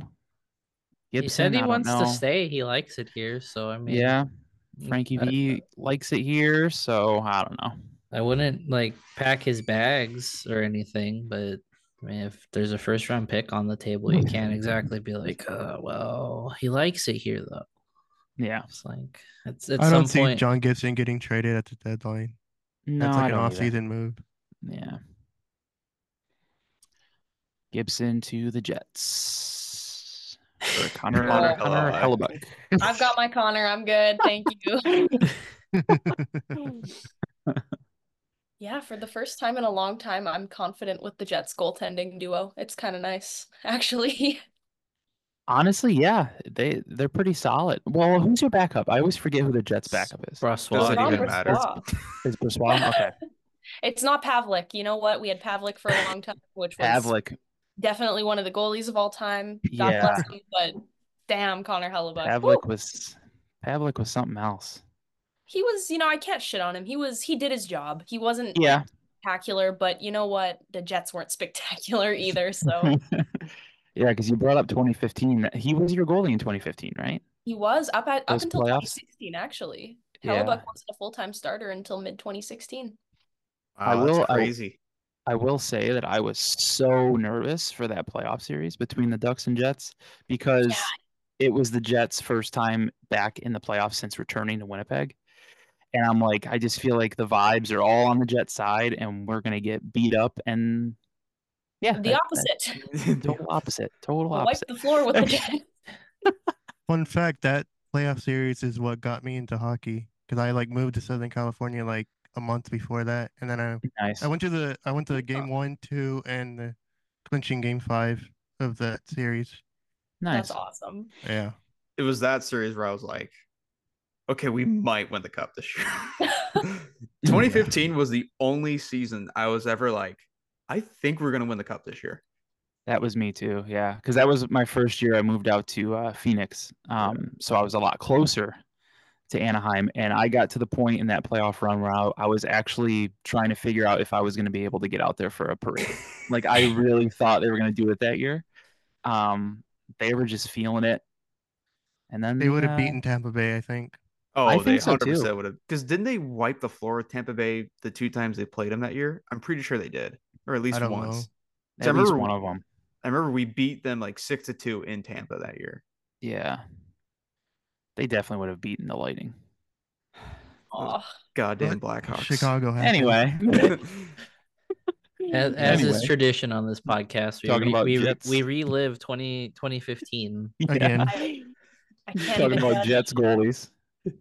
B: he said
C: Gibson, I
B: he
C: don't
B: wants
C: know.
B: to stay. He likes it here. So I mean,
C: Yeah,
B: mm,
C: Frankie
B: I-
C: V likes it here, so I don't know.
B: I wouldn't like pack his bags or anything, but I mean, if there's a first round pick on the table, you can't exactly be like, uh, well, he likes it here though.
C: Yeah,
B: It's like it's at
E: I
B: some
E: don't see
B: point.
E: John Gibson getting traded at the deadline.
C: no,
E: That's
C: I
E: like an
C: don't
E: off
C: either.
E: season move.
C: Yeah, Gibson to the Jets. Or Connor,
D: Connor
C: Connor
F: Hellebuck.
C: Hellebuck.
D: I've got my Connor. I'm good. Thank you. yeah, for the first time in a long time, I'm confident with the Jets goaltending duo. It's kind of nice, actually.
C: Honestly, yeah, they they're pretty solid. Well, who's your backup? I always forget who the Jets' backup is.
B: Braswell,
F: Doesn't
D: Not
F: even
D: with
F: matter.
D: Swa.
C: Is Braswell? Okay,
D: It's not Pavlik. You know what? We had Pavlik for a long time, which was
C: Pavlik.
D: definitely one of the goalies of all time. God
C: Yeah.
D: bless him, but damn, Connor Hellebuck.
C: Pavlik was Pavlik was something else.
D: he was, you know, I can't shit on him. He was, he did his job. He wasn't
C: Yeah,
D: spectacular, but you know what? The Jets weren't spectacular either. So
C: yeah, because you brought up 2015. That- He was your goalie in 2015, right?
D: he was up at up
C: Those
D: until
C: playoffs?
D: 2016, actually.
C: Yeah.
D: Hellebuck wasn't a full time starter until mid 2016.
C: I
F: Wow, that's
C: will- I-
F: crazy.
C: I will say that I was so nervous for that playoff series between the Ducks and Jets because it was the Jets' first time back in the playoffs since returning to Winnipeg. And I'm like, I just feel like the vibes are all on the Jets side and we're going to get beat up. And yeah,
D: The
C: that-
D: opposite.
C: that- total opposite. Total
D: Wiped
C: opposite.
D: the floor with the Jets.
E: Fun fact that playoff series is what got me into hockey because I like moved to Southern California like a month before that, and then I
C: Nice.
E: I went to the I went to the game one, two, and the clinching game five of that series.
C: Nice.
D: That's awesome.
E: Yeah,
F: It was that series where I was like, okay, we might win the cup this year. 2015 was the only season I was ever like, I think we're gonna win the cup this year.
C: That was me too. Yeah. Cause that was my first year I moved out to uh, Phoenix. Um, so I was a lot closer to Anaheim. And I got to the point in that playoff run where I, I was actually trying to figure out if I was going to be able to get out there for a parade. like I really thought they were going to do it that year. Um, they were just feeling it. And then
E: they would have
C: uh,
E: beaten Tampa Bay, I think.
F: Oh,
C: I
F: they
C: think so, too.
F: 100% would have. Because didn't they wipe the floor with Tampa Bay the two times they played them that year? I'm pretty sure they did, or at least
E: don't know.
F: once.
C: at
F: I
C: least
F: remember-
C: one of them.
F: I remember we beat them like six to two in Tampa that year.
C: Yeah. They definitely would have beaten the lighting.
D: Aw.
F: Goddamn
E: Look,
F: Blackhawks.
E: Chicago. Had them.
C: Anyway.
B: as, as is
C: Anyway.
B: tradition on this podcast,
C: Talking
B: we
C: about
B: re- we, re-
C: Jets.
B: we relive 20, 2015.
E: Again.
D: I, I can't
C: Talking
D: even
C: about
D: judge.
C: Jets goalies.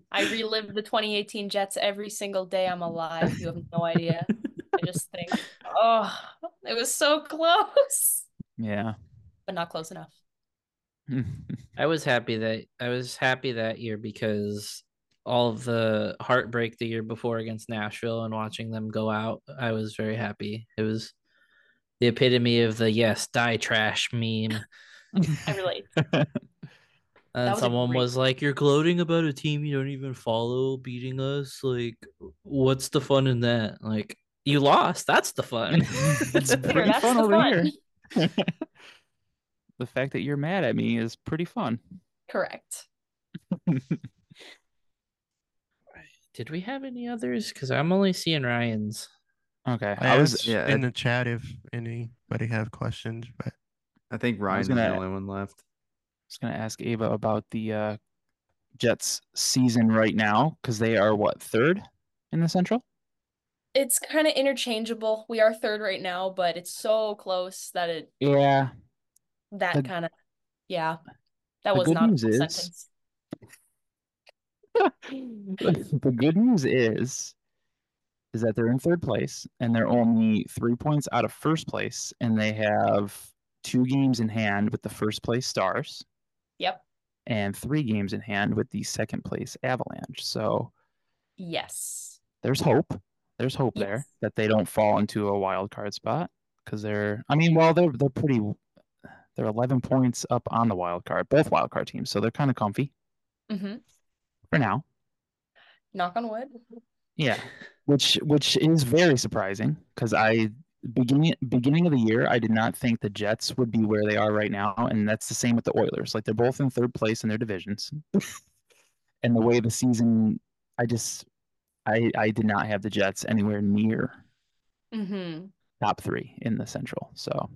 D: I relive the 2018 Jets every single day I'm alive. You have no idea. I just think, oh, it was so close,
C: Yeah.
D: but not close enough.
B: I was happy that I was happy that year because all of the heartbreak the year before against Nashville and watching them go out, I was very happy. It was the epitome of the yes, die trash meme.
D: I relate.
B: And
D: That was a
B: someone
D: great-
B: was like, You're gloating about a team you don't even follow beating us. Like, what's the fun in that? Like, you lost. That's the fun.
C: It's
D: Peter,
C: Pretty
D: that's
C: fun
D: the
C: over
D: fun.
C: here. the fact that you're mad at me is pretty fun.
D: Correct.
B: Did we have any others? Because I'm only seeing Ryan's.
C: Okay.
E: I,
C: I was
E: asked
F: yeah,
E: in
F: I-
E: the chat if anybody have questions, but
F: I think Ryan's
C: gonna-
F: the only one left.
C: I was going to ask Ava about the uh, Jets season right now because they are what third in the Central.
D: It's kind of interchangeable. We are third right now, but it's so close that it
C: Yeah,
D: that
C: The-
D: kind of yeah. That
C: the
D: was
C: good
D: not a
C: news
D: full
C: is-
D: sentence.
C: the good news is is that they're in third place and they're only three points out of first place and they have two games in hand with the first place stars
D: Yep.
C: and three games in hand with the second place avalanche so
D: Yes.
C: there's hope there's hope there
D: Yes.
C: that they don't fall into a wild card spot because they're i mean well they're they're pretty they're 11 points up on the wild card both wild card teams so they're kind of comfy
D: hmm
C: for now
D: Knock on wood.
C: yeah which which is very surprising because I beginning beginning of the year I did not think the Jets would be where they are right now, and that's the same with the Oilers. Like they're both in third place in their divisions, and the way the season, I just I I did not have the Jets anywhere near
D: hmm
C: top three in the Central. So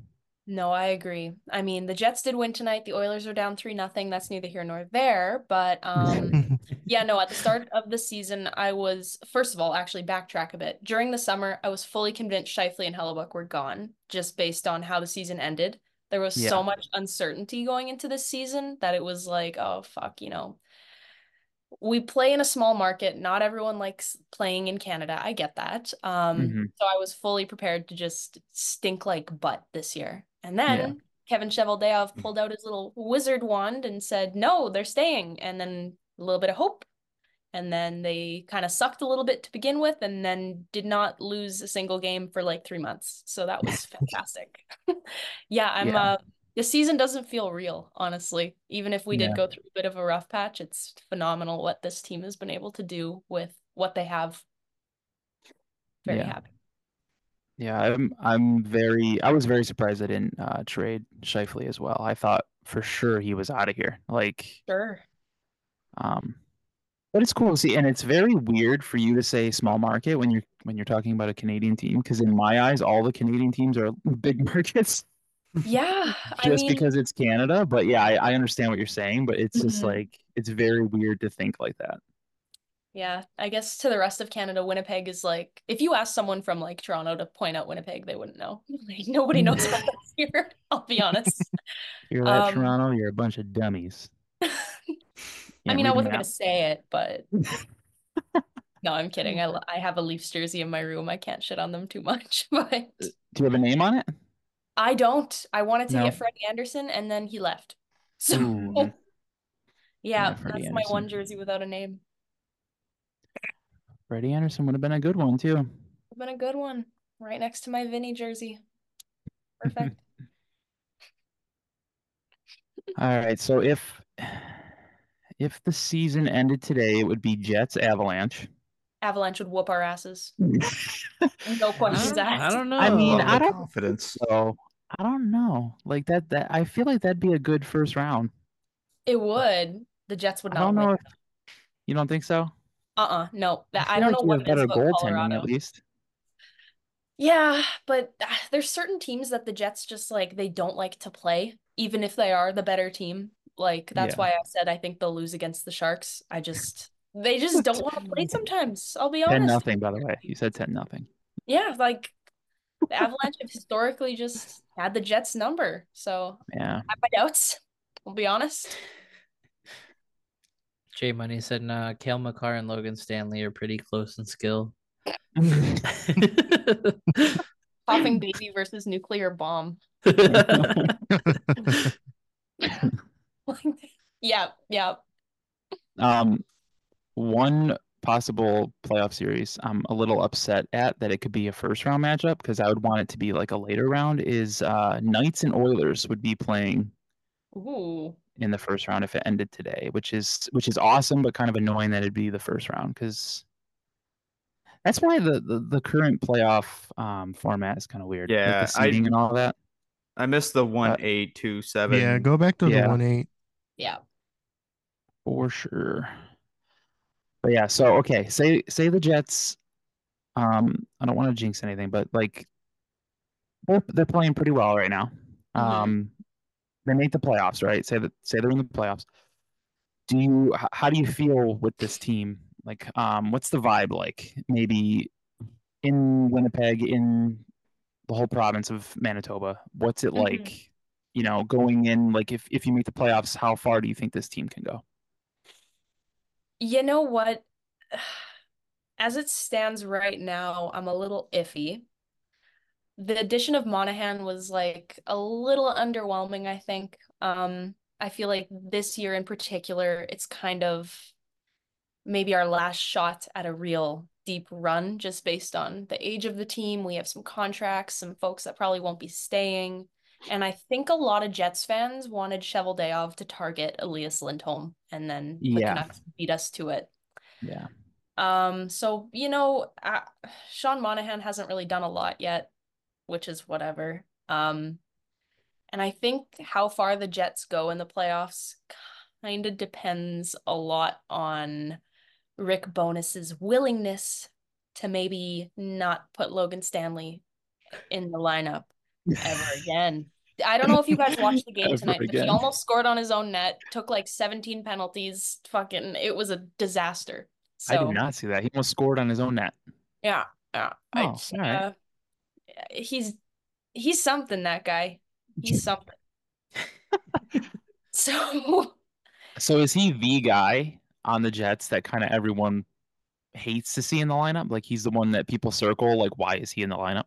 D: No, I agree. I mean, the Jets did win tonight. The Oilers are down three nothing. That's neither here nor there. But um, Yeah, no, at the start of the season, I was, first of all, actually backtrack a bit. During the summer, I was fully convinced Shifley and Hellebuck were gone just based on how the season ended. There was
C: Yeah.
D: so much uncertainty going into this season that it was like, oh, fuck, you know. We play in a small market. Not everyone likes playing in Canada. I get that. Um,
C: Mhm.
D: so I was fully prepared to just stink like butt this year. And then Kevin Cheveldayoff pulled out his little wizard wand and said, "No, they're staying." And then a little bit of hope, and then they kind of sucked a little bit to begin with, and then did not lose a single game for like three months. So that was fantastic. yeah, I'm.
C: Yeah.
D: Uh, the season doesn't feel real, honestly. Even if we did
C: Yeah.
D: go through a bit of a rough patch, it's phenomenal what this team has been able to do with what they have. Very
C: Yeah.
D: happy.
C: yeah, I'm I'm very I was very surprised I didn't uh, trade Shifley as well. I thought for sure he was out of here. Like
D: Sure.
C: Um, but it's cool to see, and it's very weird for you to say small market when you're when you're talking about a Canadian team, because in my eyes, all the Canadian teams are big markets
D: Yeah, I
C: just
D: mean,
C: because it's Canada. But yeah, I, I understand what you're saying, but it's just
D: Mhm.
C: like it's very weird to think like that.
D: Yeah, I guess to the rest of Canada, Winnipeg is like if you ask someone from like Toronto to point out Winnipeg, they wouldn't know. Like nobody knows about us here, I'll be honest.
C: You're that
D: Um,
C: Toronto, you're a bunch of dummies.
D: I
C: Can't
D: mean, I
C: read a
D: wasn't gonna
C: map.
D: say it, but no, I'm kidding. I lo- I have a Leafs jersey in my room. I can't shit on them too much,
C: Uh,
D: but
C: Do you have a name on it?
D: I don't. I wanted to
C: No.
D: get Freddie Anderson and then he left. So
C: Ooh.
D: yeah,
C: Yeah, Freddie
D: that's my one
C: Anderson.
D: jersey without a name.
C: Freddie Anderson would have been a good one too.
D: It's been a good one. Right next to my Vinny jersey. Perfect.
C: All right, so if if the season ended today, it would be Jets Avalanche.
D: Avalanche would whoop our asses. No questions
B: I don't, I
D: asked.
B: don't know.
C: I mean,
F: Love
C: I
F: the
C: don't-
F: confidence.
C: So I don't know. Like that, that I feel like that'd be a good first round.
D: It would. The Jets would
C: I
D: not
C: don't
D: win.
C: know if you don't think so.
D: Uh-uh. No, that, I,
C: feel
D: don't
C: like you
D: know what
C: have
D: it is
C: better
D: about Colorado.
C: at least.
D: Yeah, but ah, there's certain teams that the Jets just like they don't like to play, even if they are the better team. Like that's
C: Yeah.
D: why I said I think they'll lose against the Sharks. I just they just don't want to play sometimes. I'll be
C: Ten
D: honest.
C: nothing, by the way. You said ten nothing.
D: Yeah, like the Avalanche have historically just had the Jets number. So
C: Yeah.
D: I have my doubts. I'll be honest.
B: Jay Money said, nah, Kale McCarr and Logan Stanley are pretty close in skill.
D: Popping baby versus nuclear bomb. Like, yeah, yeah.
C: um, one possible playoff series I'm a little upset at that it could be a first round matchup because I would want it to be like a later round is uh Knights and Oilers would be playing
D: Ooh.
C: in the first round if it ended today, which is which is awesome, but kind of annoying that it'd be the first round because that's why the, the the current playoff um format is kind of weird.
F: Yeah,
C: like the
F: I-
C: seeding and all that.
F: I missed the one eight two seven.
E: Yeah, go back to
C: Yeah.
E: the one eight.
D: Yeah.
C: for sure. But yeah, so okay, say say the Jets. Um, I don't want to jinx anything, but like, they're they're playing pretty well right now.
D: Mhm.
C: Um, they make the playoffs, right? Say that say they're in the playoffs. Do you h- how do you feel with this team? Like, um, what's the vibe like? Maybe in Winnipeg, in the whole province of Manitoba, what's it
D: Mhm.
C: like? You know, going in like if if you make the playoffs, how far do you think this team can go?
D: You know what? As it stands right now, I'm a little iffy. The addition of Monahan was like a little underwhelming, I think. Um, I feel like this year in particular, it's kind of maybe our last shot at a real deep run just based on the age of the team. We have some contracts, some folks that probably won't be staying. And I think a lot of Jets fans wanted Sheveldayoff to target Elias Lindholm, and then the
C: Yeah.
D: Canucks beat us to it.
C: Yeah.
D: Um, so you know, uh, Sean Monahan hasn't really done a lot yet, which is whatever. Um, and I think how far the Jets go in the playoffs kind of depends a lot on Rick Bonus's willingness to maybe not put Logan Stanley in the lineup ever again. I don't know if you guys watched the game
C: Ever
D: tonight, but
C: again.
D: he almost scored on his own net, took like 17 penalties. Fucking, it was a disaster. So,
C: I did not see that. He almost scored on his own net.
D: yeah, yeah. I-
C: Oh, all right.
D: uh, he's he's something that guy. He's something. so
C: So is he the guy on the Jets that kind of everyone hates to see in the lineup? Like he's the one that people circle. Like why is he in the lineup?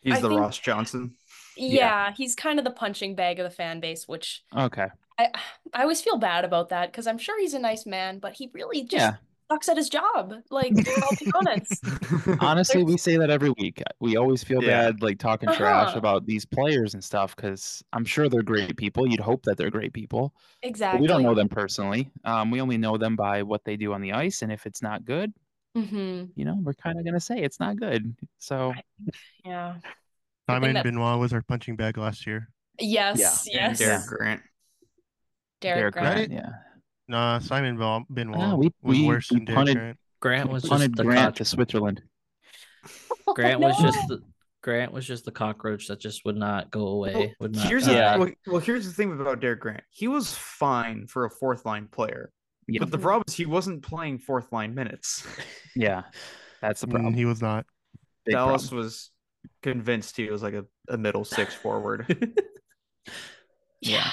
F: He's
D: I
F: the
D: think-
F: Ross Johnson.
D: yeah, he's kind of the punching bag of the fan base, which
C: Okay.
D: I I always feel bad about that because I'm sure he's a nice man, but he really just
C: Yeah.
D: sucks at his job. Like, I'll be honest.
C: Honestly, we say that every week. We always feel
F: Yeah.
C: bad like talking trash
D: Uh-huh.
C: about these players and stuff because I'm sure they're great people. You'd hope that they're great people. But
D: Exactly.
C: we don't know them personally. Um, we only know them by what they do on the ice, and if it's not good,
D: hmm
C: you know, we're kind of gonna say it's not good. So
D: Yeah. I
E: Simon
D: think that-
E: Benoit was our punching bag last year.
D: Yes.
F: And
D: Yes.
F: Derek Grant.
D: Derek Grant.
E: Grant.
C: yeah.
E: Nah, Simon Benoit, Benoit
C: Ah, we-
E: was
C: we-
E: worse
C: we
E: than Derek
C: punted-
E: Grant.
B: Grant was just
C: punted
B: the
C: Grant
B: cock-
C: to Switzerland.
D: Oh,
B: Grant was
D: no.
B: just the Grant was just the cockroach that just would not go away. Would not
F: here's
B: die.
F: the,
C: Yeah.
F: well, well, here's the thing about Derek Grant. He was fine for a fourth line player,
C: Yeah.
F: but the problem is he wasn't playing fourth line minutes.
C: Yeah, that's the
E: Mm,
C: problem.
E: He was not.
C: Big
F: Dallas
C: problem.
F: was convinced he was like a, a middle six forward.
D: Yeah.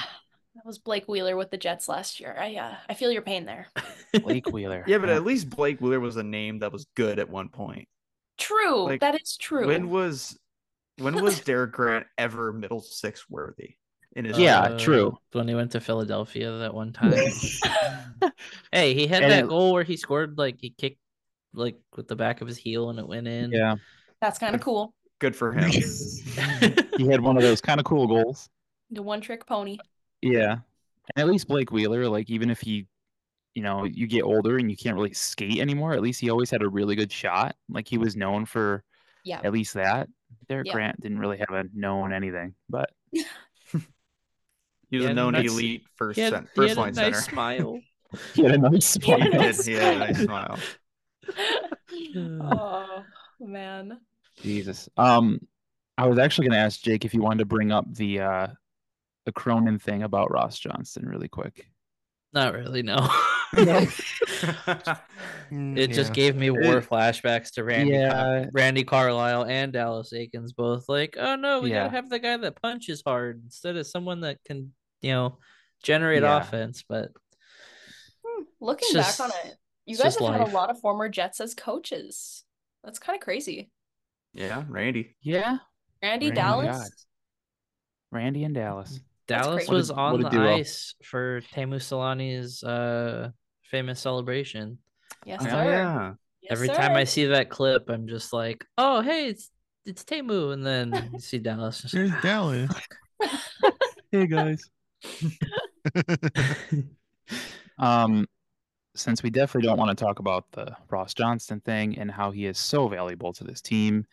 D: That was Blake Wheeler with the Jets last year. I uh, I feel your pain there.
C: Blake Wheeler.
F: yeah, but at least Blake Wheeler was a name that was good at one point.
D: True.
F: Like,
D: that is true.
F: When was when was Derek Grant ever middle six worthy in his
C: Yeah,
F: career?
C: true.
B: When he went to Philadelphia that one time. hey, he had
C: And
B: that
C: it-
B: goal where he scored like he kicked like with the back of his heel and it went in.
C: yeah,
D: That's kind of cool.
F: good for him.
C: he had one of those kind of cool goals.
D: The one trick pony.
C: Yeah, and at least Blake Wheeler, like even if he, you know, you get older and you can't really skate anymore, at least he always had a really good shot. Like he was known for
D: Yeah.
C: at least that. Derek
D: Yeah.
C: Grant didn't really have a known anything, but
F: He was
B: Yeah,
F: a known
B: that's-
F: elite first
B: He had,
F: cent-
B: he
F: first
B: had a
F: line
B: nice
F: center.
B: smile.
C: he had a nice
D: Yeah.
F: He
C: smile.
F: did. He had a nice smile.
D: oh man.
C: Jesus. Um, I was actually going to ask Jake if you wanted to bring up the uh the Cronin thing about Ross Johnston really quick.
B: Not really, no.
E: Mm,
B: it
E: yeah.
B: just gave me war flashbacks to Randy Car-
C: Yeah.
B: Randy Carlisle and Dallas Aikens both like, oh no, we
C: Yeah.
B: gotta have the guy that punches hard instead of someone that can, you know, generate
C: Yeah.
B: offense. But
D: Hmm, Looking
B: It's just-
D: back on it, you
B: it's
D: guys
B: just
D: have had a
B: life.
D: lot of former Jets as coaches. That's kind of crazy.
F: yeah, Randy.
C: Yeah,
D: Randy
C: Randy,
D: Dallas.
C: God. Randy and Dallas.
D: That's
B: Dallas
D: crazy.
B: was
C: What a-
B: on
C: what a
B: the
C: duo.
B: ice for Tamu Solani's uh, famous celebration.
D: Yes,
C: Oh,
D: sir.
F: Oh, yeah.
D: Yes,
B: Every time I
D: sir.
B: see that clip, I'm just like, oh hey, it's it's Tamu, and then you see Dallas. Just,
E: There's Dallas.
C: Hey guys. um, since we definitely don't want to talk about the Ross Johnston thing and how he is so valuable to this team,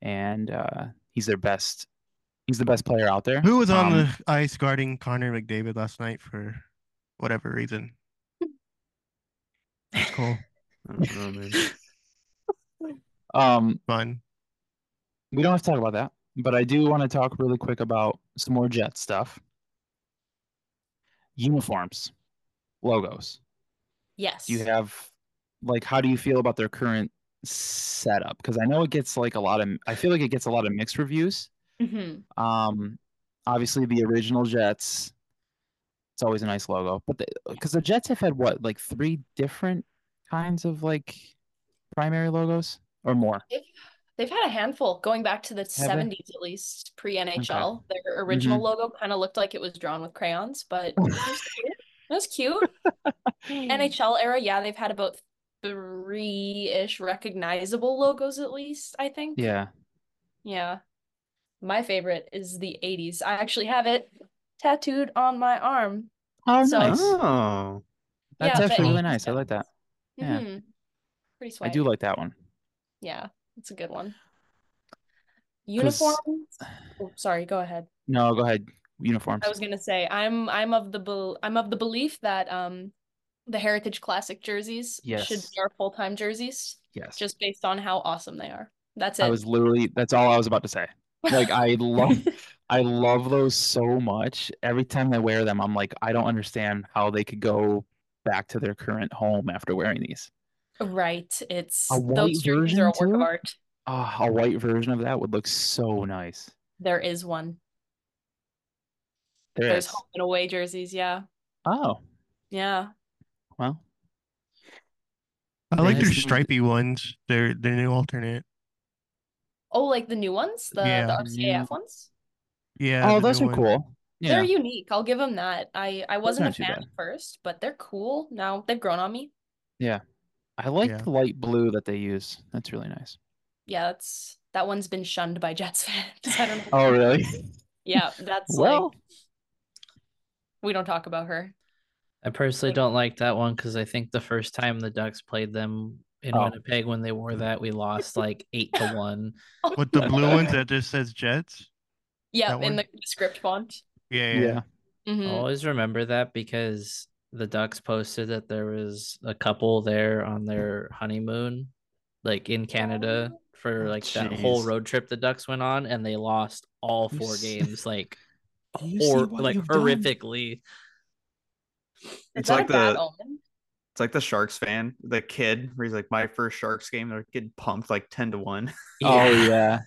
C: and uh, he's their best, he's the best player out there.
E: Who was on
C: Um,
E: the ice guarding Connor McDavid last night for whatever reason? It's cool.
F: I don't know, man.
C: Um,
E: Fun.
C: we don't have to talk about that, but I do want to talk really quick about some more Jet stuff. Uniforms, logos.
D: Yes.
C: Do you have like how do you feel about their current setup? Because I know it gets like a lot of I feel like it gets a lot of mixed reviews.
D: Mhm.
C: Um, obviously the original Jets. It's always a nice logo, but because the, Jets have had what like three different kinds of like primary logos or more.
D: They've had a handful going back to the
C: they? Mm-hmm.
D: 70s, at least pre NHL. Their original logo kind of looked like it was drawn with crayons, but it was cute. It was cute. NHL era, yeah, they've had about three ish recognizable logos at least, I think.
C: Yeah,
D: Yeah. My favorite is the 80s. I actually have it tattooed on my arm.
C: oh
D: So-
C: nice.
F: Oh,
C: That's
D: Yeah, but
C: actually really
D: it-
C: nice. I like that. Yeah.
D: Mhm. Pretty
C: I
D: sweet.
C: do like that one.
D: Yeah, it's a good one.
C: 'Cause-
D: Uniforms. Oh, sorry, go ahead.
C: No, go ahead. Uniforms.
D: I was gonna say I'm I'm of the bel I'm of the belief that um the Heritage Classic jerseys should
C: Yes.
D: be our full-time jerseys
C: yes.
D: just based on how awesome they are. That's
C: I
D: it.
C: was literally that's all I was about to say. Like I love I love those so much. Every time I wear them, I'm like, I don't understand how they could go back to their current home after wearing these.
D: Right. It's
C: A white
D: those jerseys are a
C: version
D: work of
C: too?
D: art.
C: Ah, a white version of that would look so nice.
D: There is one.
C: There
D: There's
C: is.
D: home and away jerseys, yeah.
C: Oh,
D: Yeah.
C: well,
E: I like
C: Nice.
E: their stripy ones. They're the new alternate.
D: Oh, like the new ones, the,
E: Yeah,
D: the
E: the
D: RCAF ones.
E: Yeah.
C: oh,
E: the
C: those
E: new
C: are
E: one.
C: cool. Yeah,
D: They're unique. I'll give them that. I I wasn't a
C: aren't too
D: fan
C: bad.
D: at first, but they're cool. Now they've grown on me.
C: I like
E: Yeah.
C: the light blue that they use. That's really nice.
D: Yeah, that's that one's been shunned by Jets fans. I don't know.
C: Oh, really?
D: Yeah, that's
C: well,
D: like we don't talk about her.
B: I personally don't like that one because I think the first time the Ducks played them in
C: Oh.
B: Winnipeg when they wore that, we lost like eight to one.
E: With the blue ones that just says Jets.
D: Yeah,
E: That
D: in
E: one?
D: the script font.
E: Yeah.
C: yeah.
E: Yeah.
D: Mhm.
C: Oh.
B: I'll always remember that because the Ducks posted that there was a couple there on their honeymoon, like in
D: Oh.
B: Canada for like that whole
F: Jeez.
B: road trip the Ducks went on, and they lost all
C: You
B: four
C: s-
B: games, like
F: Do you see
B: hor-
F: what
B: like
F: you've done?
B: horrifically.
D: Is
F: It's
D: that
F: like
D: a bad
F: the-
D: omen?
F: It's like the Sharks fan, the kid, where he's like, my first Sharks game, they're getting pumped like 10 to 1.
C: Oh yeah.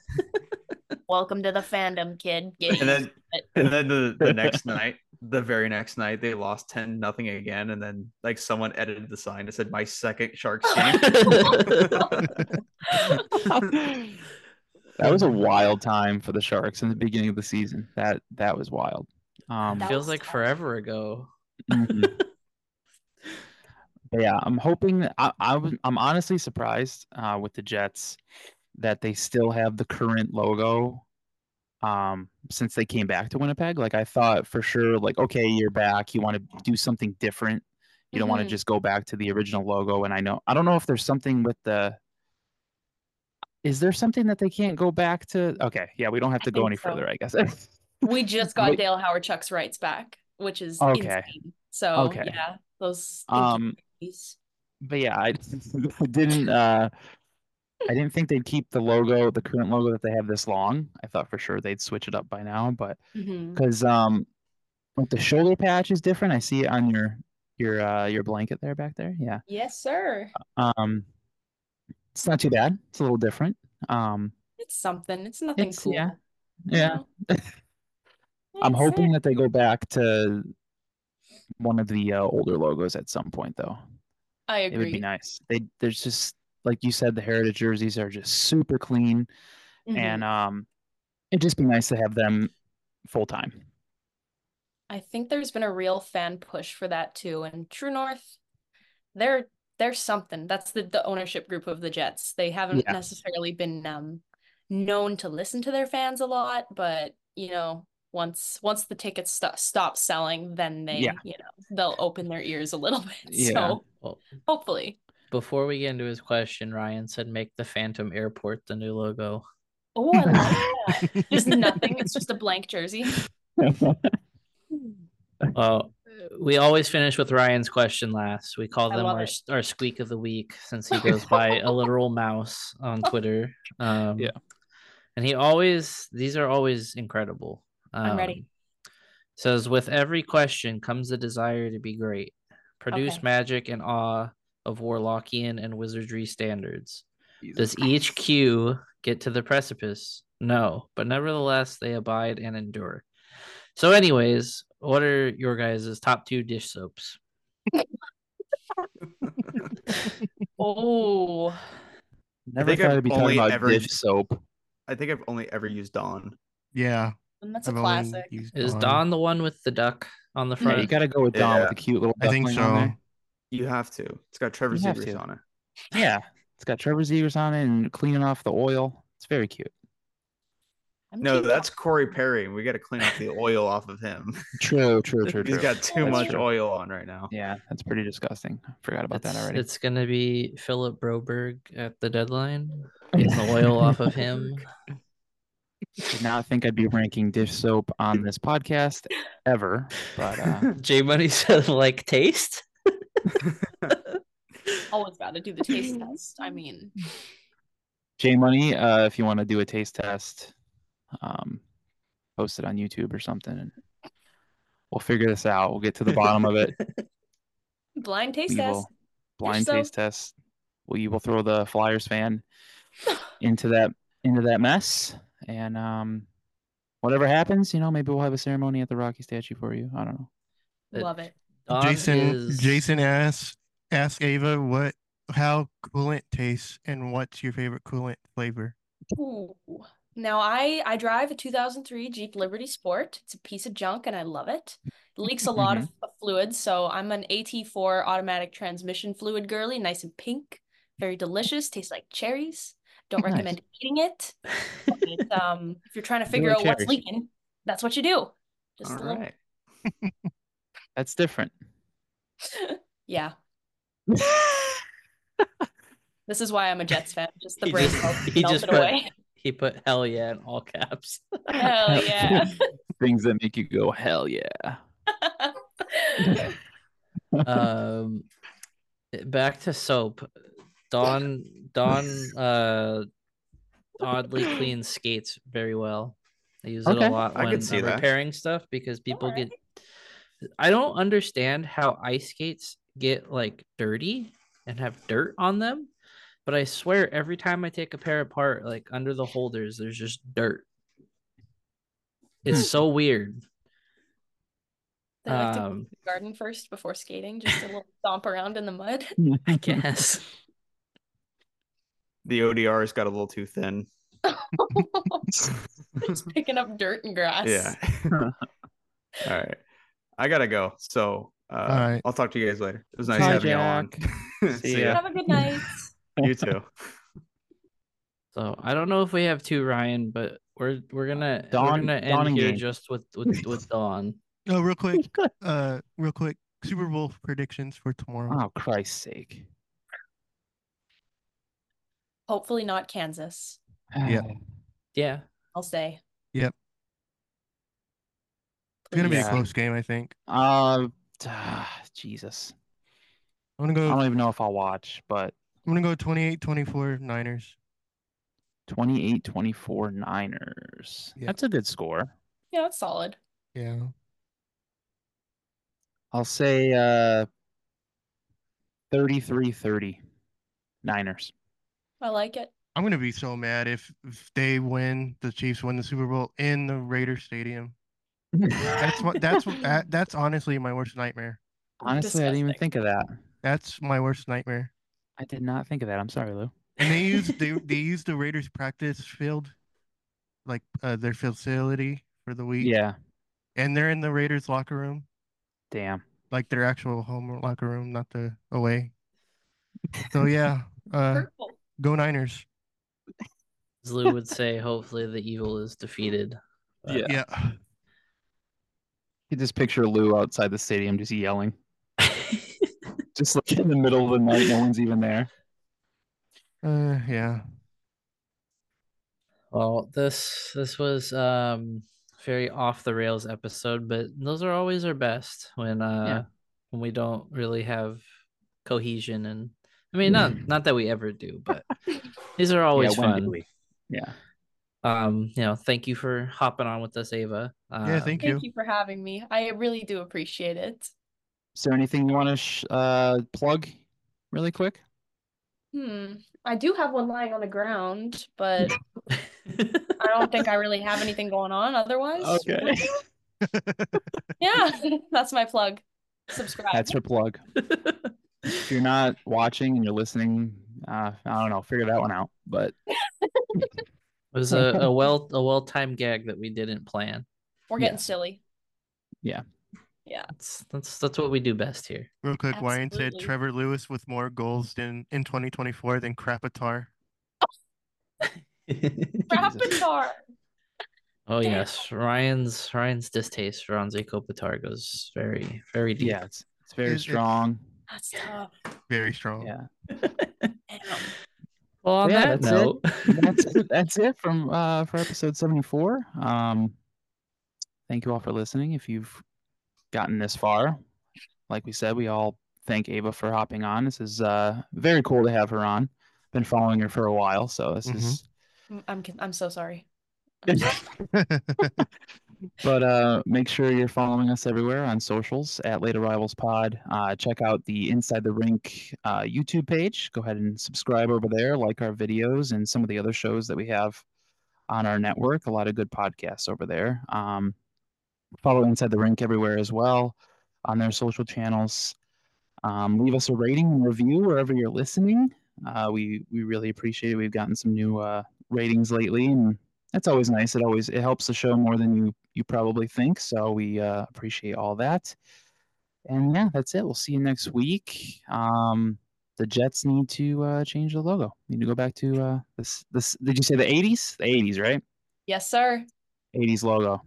D: Welcome to the fandom, kid. Get
F: And
D: used
F: then and then the, the next night, the very next night, they lost 10 nothing again. And then like someone edited the sign that said, my second Sharks game.
C: That was a wild time for the Sharks in the beginning of the season. That that was wild. Um,
D: That
B: Feels
D: was
B: like
D: tough.
B: forever ago.
C: mhm. But yeah, I'm hoping. that- I, I was. I'm honestly surprised uh, with the Jets that they still have the current logo. Um, since they came back to Winnipeg, like I thought for sure, like okay, you're back. You want to do something different. You don't want to
D: Mhm.
C: just go back to the original logo. And I know I don't know if there's something with the. Is there something that they can't go back to? Okay, yeah, we don't have
D: I
C: to go
D: think
C: any
D: so.
C: further, I guess.
D: We just got
C: Wait.
D: Dale Howard Chuck's rights back, which is
C: Okay.
D: insane. So
C: Okay.
D: yeah, those thank you
C: um,
D: please.
C: but yeah, I didn't. Uh, I didn't think they'd keep the logo, the current logo that they have this long. I thought for sure they'd switch it up by now, but
D: Mhm.
C: because um, like the shoulder patch is different. I see it on your your uh your blanket there back there. Yeah.
D: Yes, sir.
C: Um, it's not too bad. It's a little different. Um,
D: It's something. It's nothing
C: It's-
D: cool.
C: yeah. yeah.
D: No.
C: I'm
D: That's
C: hoping
D: it.
C: that they go back to one of the uh, older logos at some point, though.
D: I
C: It would be
D: agree.
C: nice. They there's just like you said, the heritage jerseys are just super clean.
D: Mhm.
C: and um, it'd just be nice to have them full time.
D: I think there's been a real fan push for that too. And True North, they're they're something. That's the, the ownership group of the Jets. They haven't
C: Yeah.
D: necessarily been um known to listen to their fans a lot, but you know, once once the tickets st- stop selling, then they
C: Yeah.
D: you know they'll open their ears a little bit.
C: Yeah.
D: So
B: Well,
D: hopefully,
B: before we get into his question, Ryan said make the Phantom Airport the new logo.
D: oh, I like that. Just nothing. It's just a blank jersey.
B: Well, we always finish with Ryan's question last. We call
D: I
B: them
D: love
B: our,
D: it.
B: our squeak of the week since he goes by a literal mouse on Twitter. Um,
C: Yeah.
B: And he always, these are always incredible. Um,
D: I'm ready.
B: Says, with every question comes the desire to be great, produce
D: Okay.
B: magic and awe of Warlockian and wizardry standards.
C: Jesus.
B: Does each cue get to the precipice? No, but nevertheless, they abide and endure. So, anyways, what are your guys' top two dish soaps?
D: Oh,
C: Never
F: think
C: thought
F: I've
C: I'd be talking
F: only
C: about
F: ever-
C: dish soap.
F: I think I've only ever used Dawn.
E: Yeah.
D: and that's a
E: I've only
D: classic.
E: used
B: Is Don the one with the duck on the
C: Yeah, you
B: front?
C: got to go with Don
F: Yeah.
C: with the cute little.
E: I think
C: duckling on
E: so.
C: there.
F: You have to. It's got Trevor
C: You have
F: Zegers
C: to.
F: on it.
C: Yeah, it's got Trevor Zegers on it and cleaning off the oil. It's very cute.
D: I'm
F: No,
D: keeping-
F: that's Corey Perry. We got to clean off the oil off of him.
C: True, true, true,
F: He's
C: true.
F: got too
C: That's
F: much
C: true.
F: oil on right now.
C: Yeah, that's pretty disgusting. I forgot about
B: It's-
C: that already.
B: It's gonna be Philip Broberg at the deadline. Getting the oil off of him.
C: Did not think I'd be ranking dish soap on this podcast ever, but uh,
B: J Money said, like taste.
D: always got to do the taste test. I mean,
C: J Money, uh, if you want to do a taste test, um, post it on YouTube or something, and we'll figure this out. We'll get to the bottom of it.
D: blind taste
C: We
D: test.
C: will blind
D: soap.
C: taste test. We will throw the Flyers fan into that into that mess, and um, whatever happens, you know, maybe we'll have a ceremony at the Rocky statue for you. I don't know.
D: Love it.
B: Don
E: Jason
B: is-
E: Jason asks ask Ava what how coolant tastes and what's your favorite coolant flavor.
D: Ooh. Now I I drive a 2003 Jeep Liberty Sport. It's a piece of junk and I love it. It leaks a lot
B: Mm-hmm.
D: of of fluid, so I'm an AT4 automatic transmission fluid girly, nice and pink, very delicious, tastes like cherries. Don't
C: Nice.
D: recommend eating it. but it's, um, if you're trying to figure
C: like
D: out what's
C: cherries.
D: leaking, that's what you do. Just
F: All
D: a little,
F: right.
C: That's different.
D: yeah. Oh, This is why I'm a Jets fan. Just the
B: He
D: brain
B: just-
D: melt-
B: he just
D: melted
B: put-
D: away.
B: He put hell yeah in all caps.
D: Hell yeah.
C: Things that make you go hell yeah.
B: um back to soap don don uh oddly clean skates very well i use it
C: Okay,
B: a lot
F: I
B: when
F: can see
B: I'm
F: that.
B: repairing stuff because people
D: Alright.
B: get i don't understand how ice skates get like dirty and have dirt on them but i swear every time i take a pair apart like under the holders there's just dirt
C: Hmm.
B: it's so weird
D: They like to
B: um
D: garden first before skating, just a little stomp around in the mud.
B: i guess
F: The ODR's got a little too thin.
D: just picking up dirt and grass.
F: Yeah. All right. I gotta go. So uh,
E: All right.
F: I'll talk to you guys later. It was nice
C: Bye,
F: having you on.
C: See ya.
D: Have a good night.
F: You too.
B: So I don't know if we have two Ryan, but we're we're gonna we're
C: Dawn-
B: gonna end
C: Dawn and
B: here
C: Yang.
B: just with with with Dawn.
E: Oh, real quick, uh, real quick, Super Bowl predictions for tomorrow.
C: Oh Christ's sake.
D: Hopefully not Kansas.
E: Yeah.
B: Yeah,
D: I'll say.
E: it's gonna be
C: yeah.
E: a close game, I think.
C: Uh, ah, Jesus.
E: I'm gonna
C: I
E: go.
C: don't even know if I'll watch, but
E: I'm gonna go 28-24 Niners.
C: 28-24 Niners.
E: Yeah.
C: That's a good score.
D: Yeah, it's solid.
E: Yeah.
C: I'll say uh 33-30 Niners.
D: I like it.
E: I'm gonna be so mad if, if they win, the Chiefs win the Super Bowl in the Raiders Stadium. That's what. That's what. that- That's honestly my worst nightmare.
C: Honestly, I didn't even
D: Disgusting.
C: think of that.
E: That's my worst nightmare.
C: I did not think of that. I'm sorry, Lou.
E: And they use they they use the Raiders practice field, like uh, their facility for the week.
C: Yeah.
E: And they're in the Raiders locker room,
C: Damn.
E: like their actual home locker room, not the away. So yeah, uh,
D: Hurtful.
E: go Niners.
B: as Lou would say, hopefully the evil is defeated.
C: Yeah.
E: Yeah.
C: You just picture Lou outside the stadium just yelling. just like in the middle of the night, no one's even there.
E: Uh, yeah.
B: Well, this this was um very off the rails episode, but those are always our best when uh
C: Yeah.
B: when we don't really have cohesion and I mean not not that we ever do, but these are always
C: yeah, when do
B: fun.
C: we? Yeah.
B: Um, you know, thank you for hopping on with us, Ava. Um,
E: Yeah, thank you.
D: Thank you for having me. I really do appreciate it.
C: Is there anything you want to sh- uh, plug really quick?
D: Hmm. I do have one lying on the ground, but
B: Um,
D: I don't think I really have anything going on otherwise.
C: Okay.
D: Yeah, that's my plug. Subscribe.
C: That's her plug. If you're not watching and you're listening, uh, I don't know, figure that one out. But
B: It was a, a well a well timed gag that we didn't plan.
D: We're getting
C: yeah.
D: silly.
B: That's that's that's what we do best here.
E: Real quick, Wyan said
D: Absolutely.
E: Trevor Lewis with more goals than in 2024 than Krapatar.
C: Jesus.
D: Rapitar.
B: oh
D: Damn.
B: yes, Ryan's Ryan's distaste for Anze Kopitar goes very very deep.
C: yeah, it's, it's very
E: It's- it's-
C: strong.
D: That's tough.
E: Very strong.
C: Yeah.
D: Damn.
B: Well, on
C: Yeah,
B: that
C: that's it.
B: note,
C: that's it. That's it from uh, for episode seventy four. Um, thank you all for listening. If you've gotten this far, like we said, we all thank Ava for hopping on. This is uh, very cool to have her on. Been following her for a while, so this is.
D: I'm- Mm, I'm con- I'm so sorry.
C: But uh, make sure you're following us everywhere on socials at Late Arrivals Pod. Uh, check out the Inside the Rink uh, YouTube page. Go ahead and subscribe over there, like our videos and some of the other shows that we have on our network. A lot of good podcasts over there. Um, follow Inside the Rink everywhere as well on their social channels. Um, leave us a rating and review wherever you're listening. Uh, we we really appreciate it. We've gotten some new uh, ratings lately, and that's always nice. It always it helps the show more than you you probably think. So we uh, appreciate all that. And yeah, that's it. We'll see you next week. Um, the Jets need to uh, change the logo. Need to go back to uh, this. This did you say the '80s? The '80s, right?
D: Yes, sir.
C: '80s logo.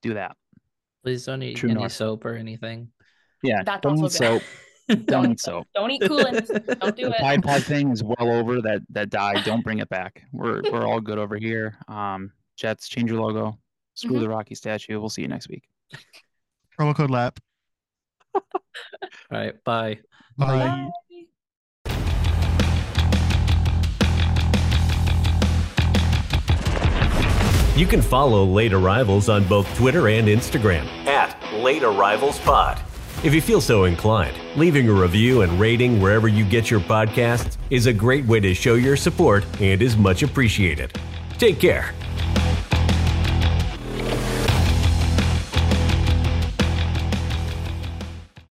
C: Do that.
B: please don't eat
C: True
B: any
C: North.
B: soap or anything.
C: Yeah.
D: That's
C: don't
D: also
C: eat
D: good.
C: soap. Don't eat soap.
D: Don't eat coolant. Don't do
C: the
D: it.
C: Tide Pod thing is well over. That that died. Don't bring it back. We're we're all good over here. Um, Jets, change your logo. Screw the Rocky statue. We'll see you next week.
E: Promo code LAP.
B: All right, bye.
E: Bye.
D: Bye.
A: You can follow Late Arrivals on both Twitter and Instagram at Late Arrivals Pod. If you feel so inclined, leaving a review and rating wherever you get your podcasts is a great way to show your support and is much appreciated. Take care.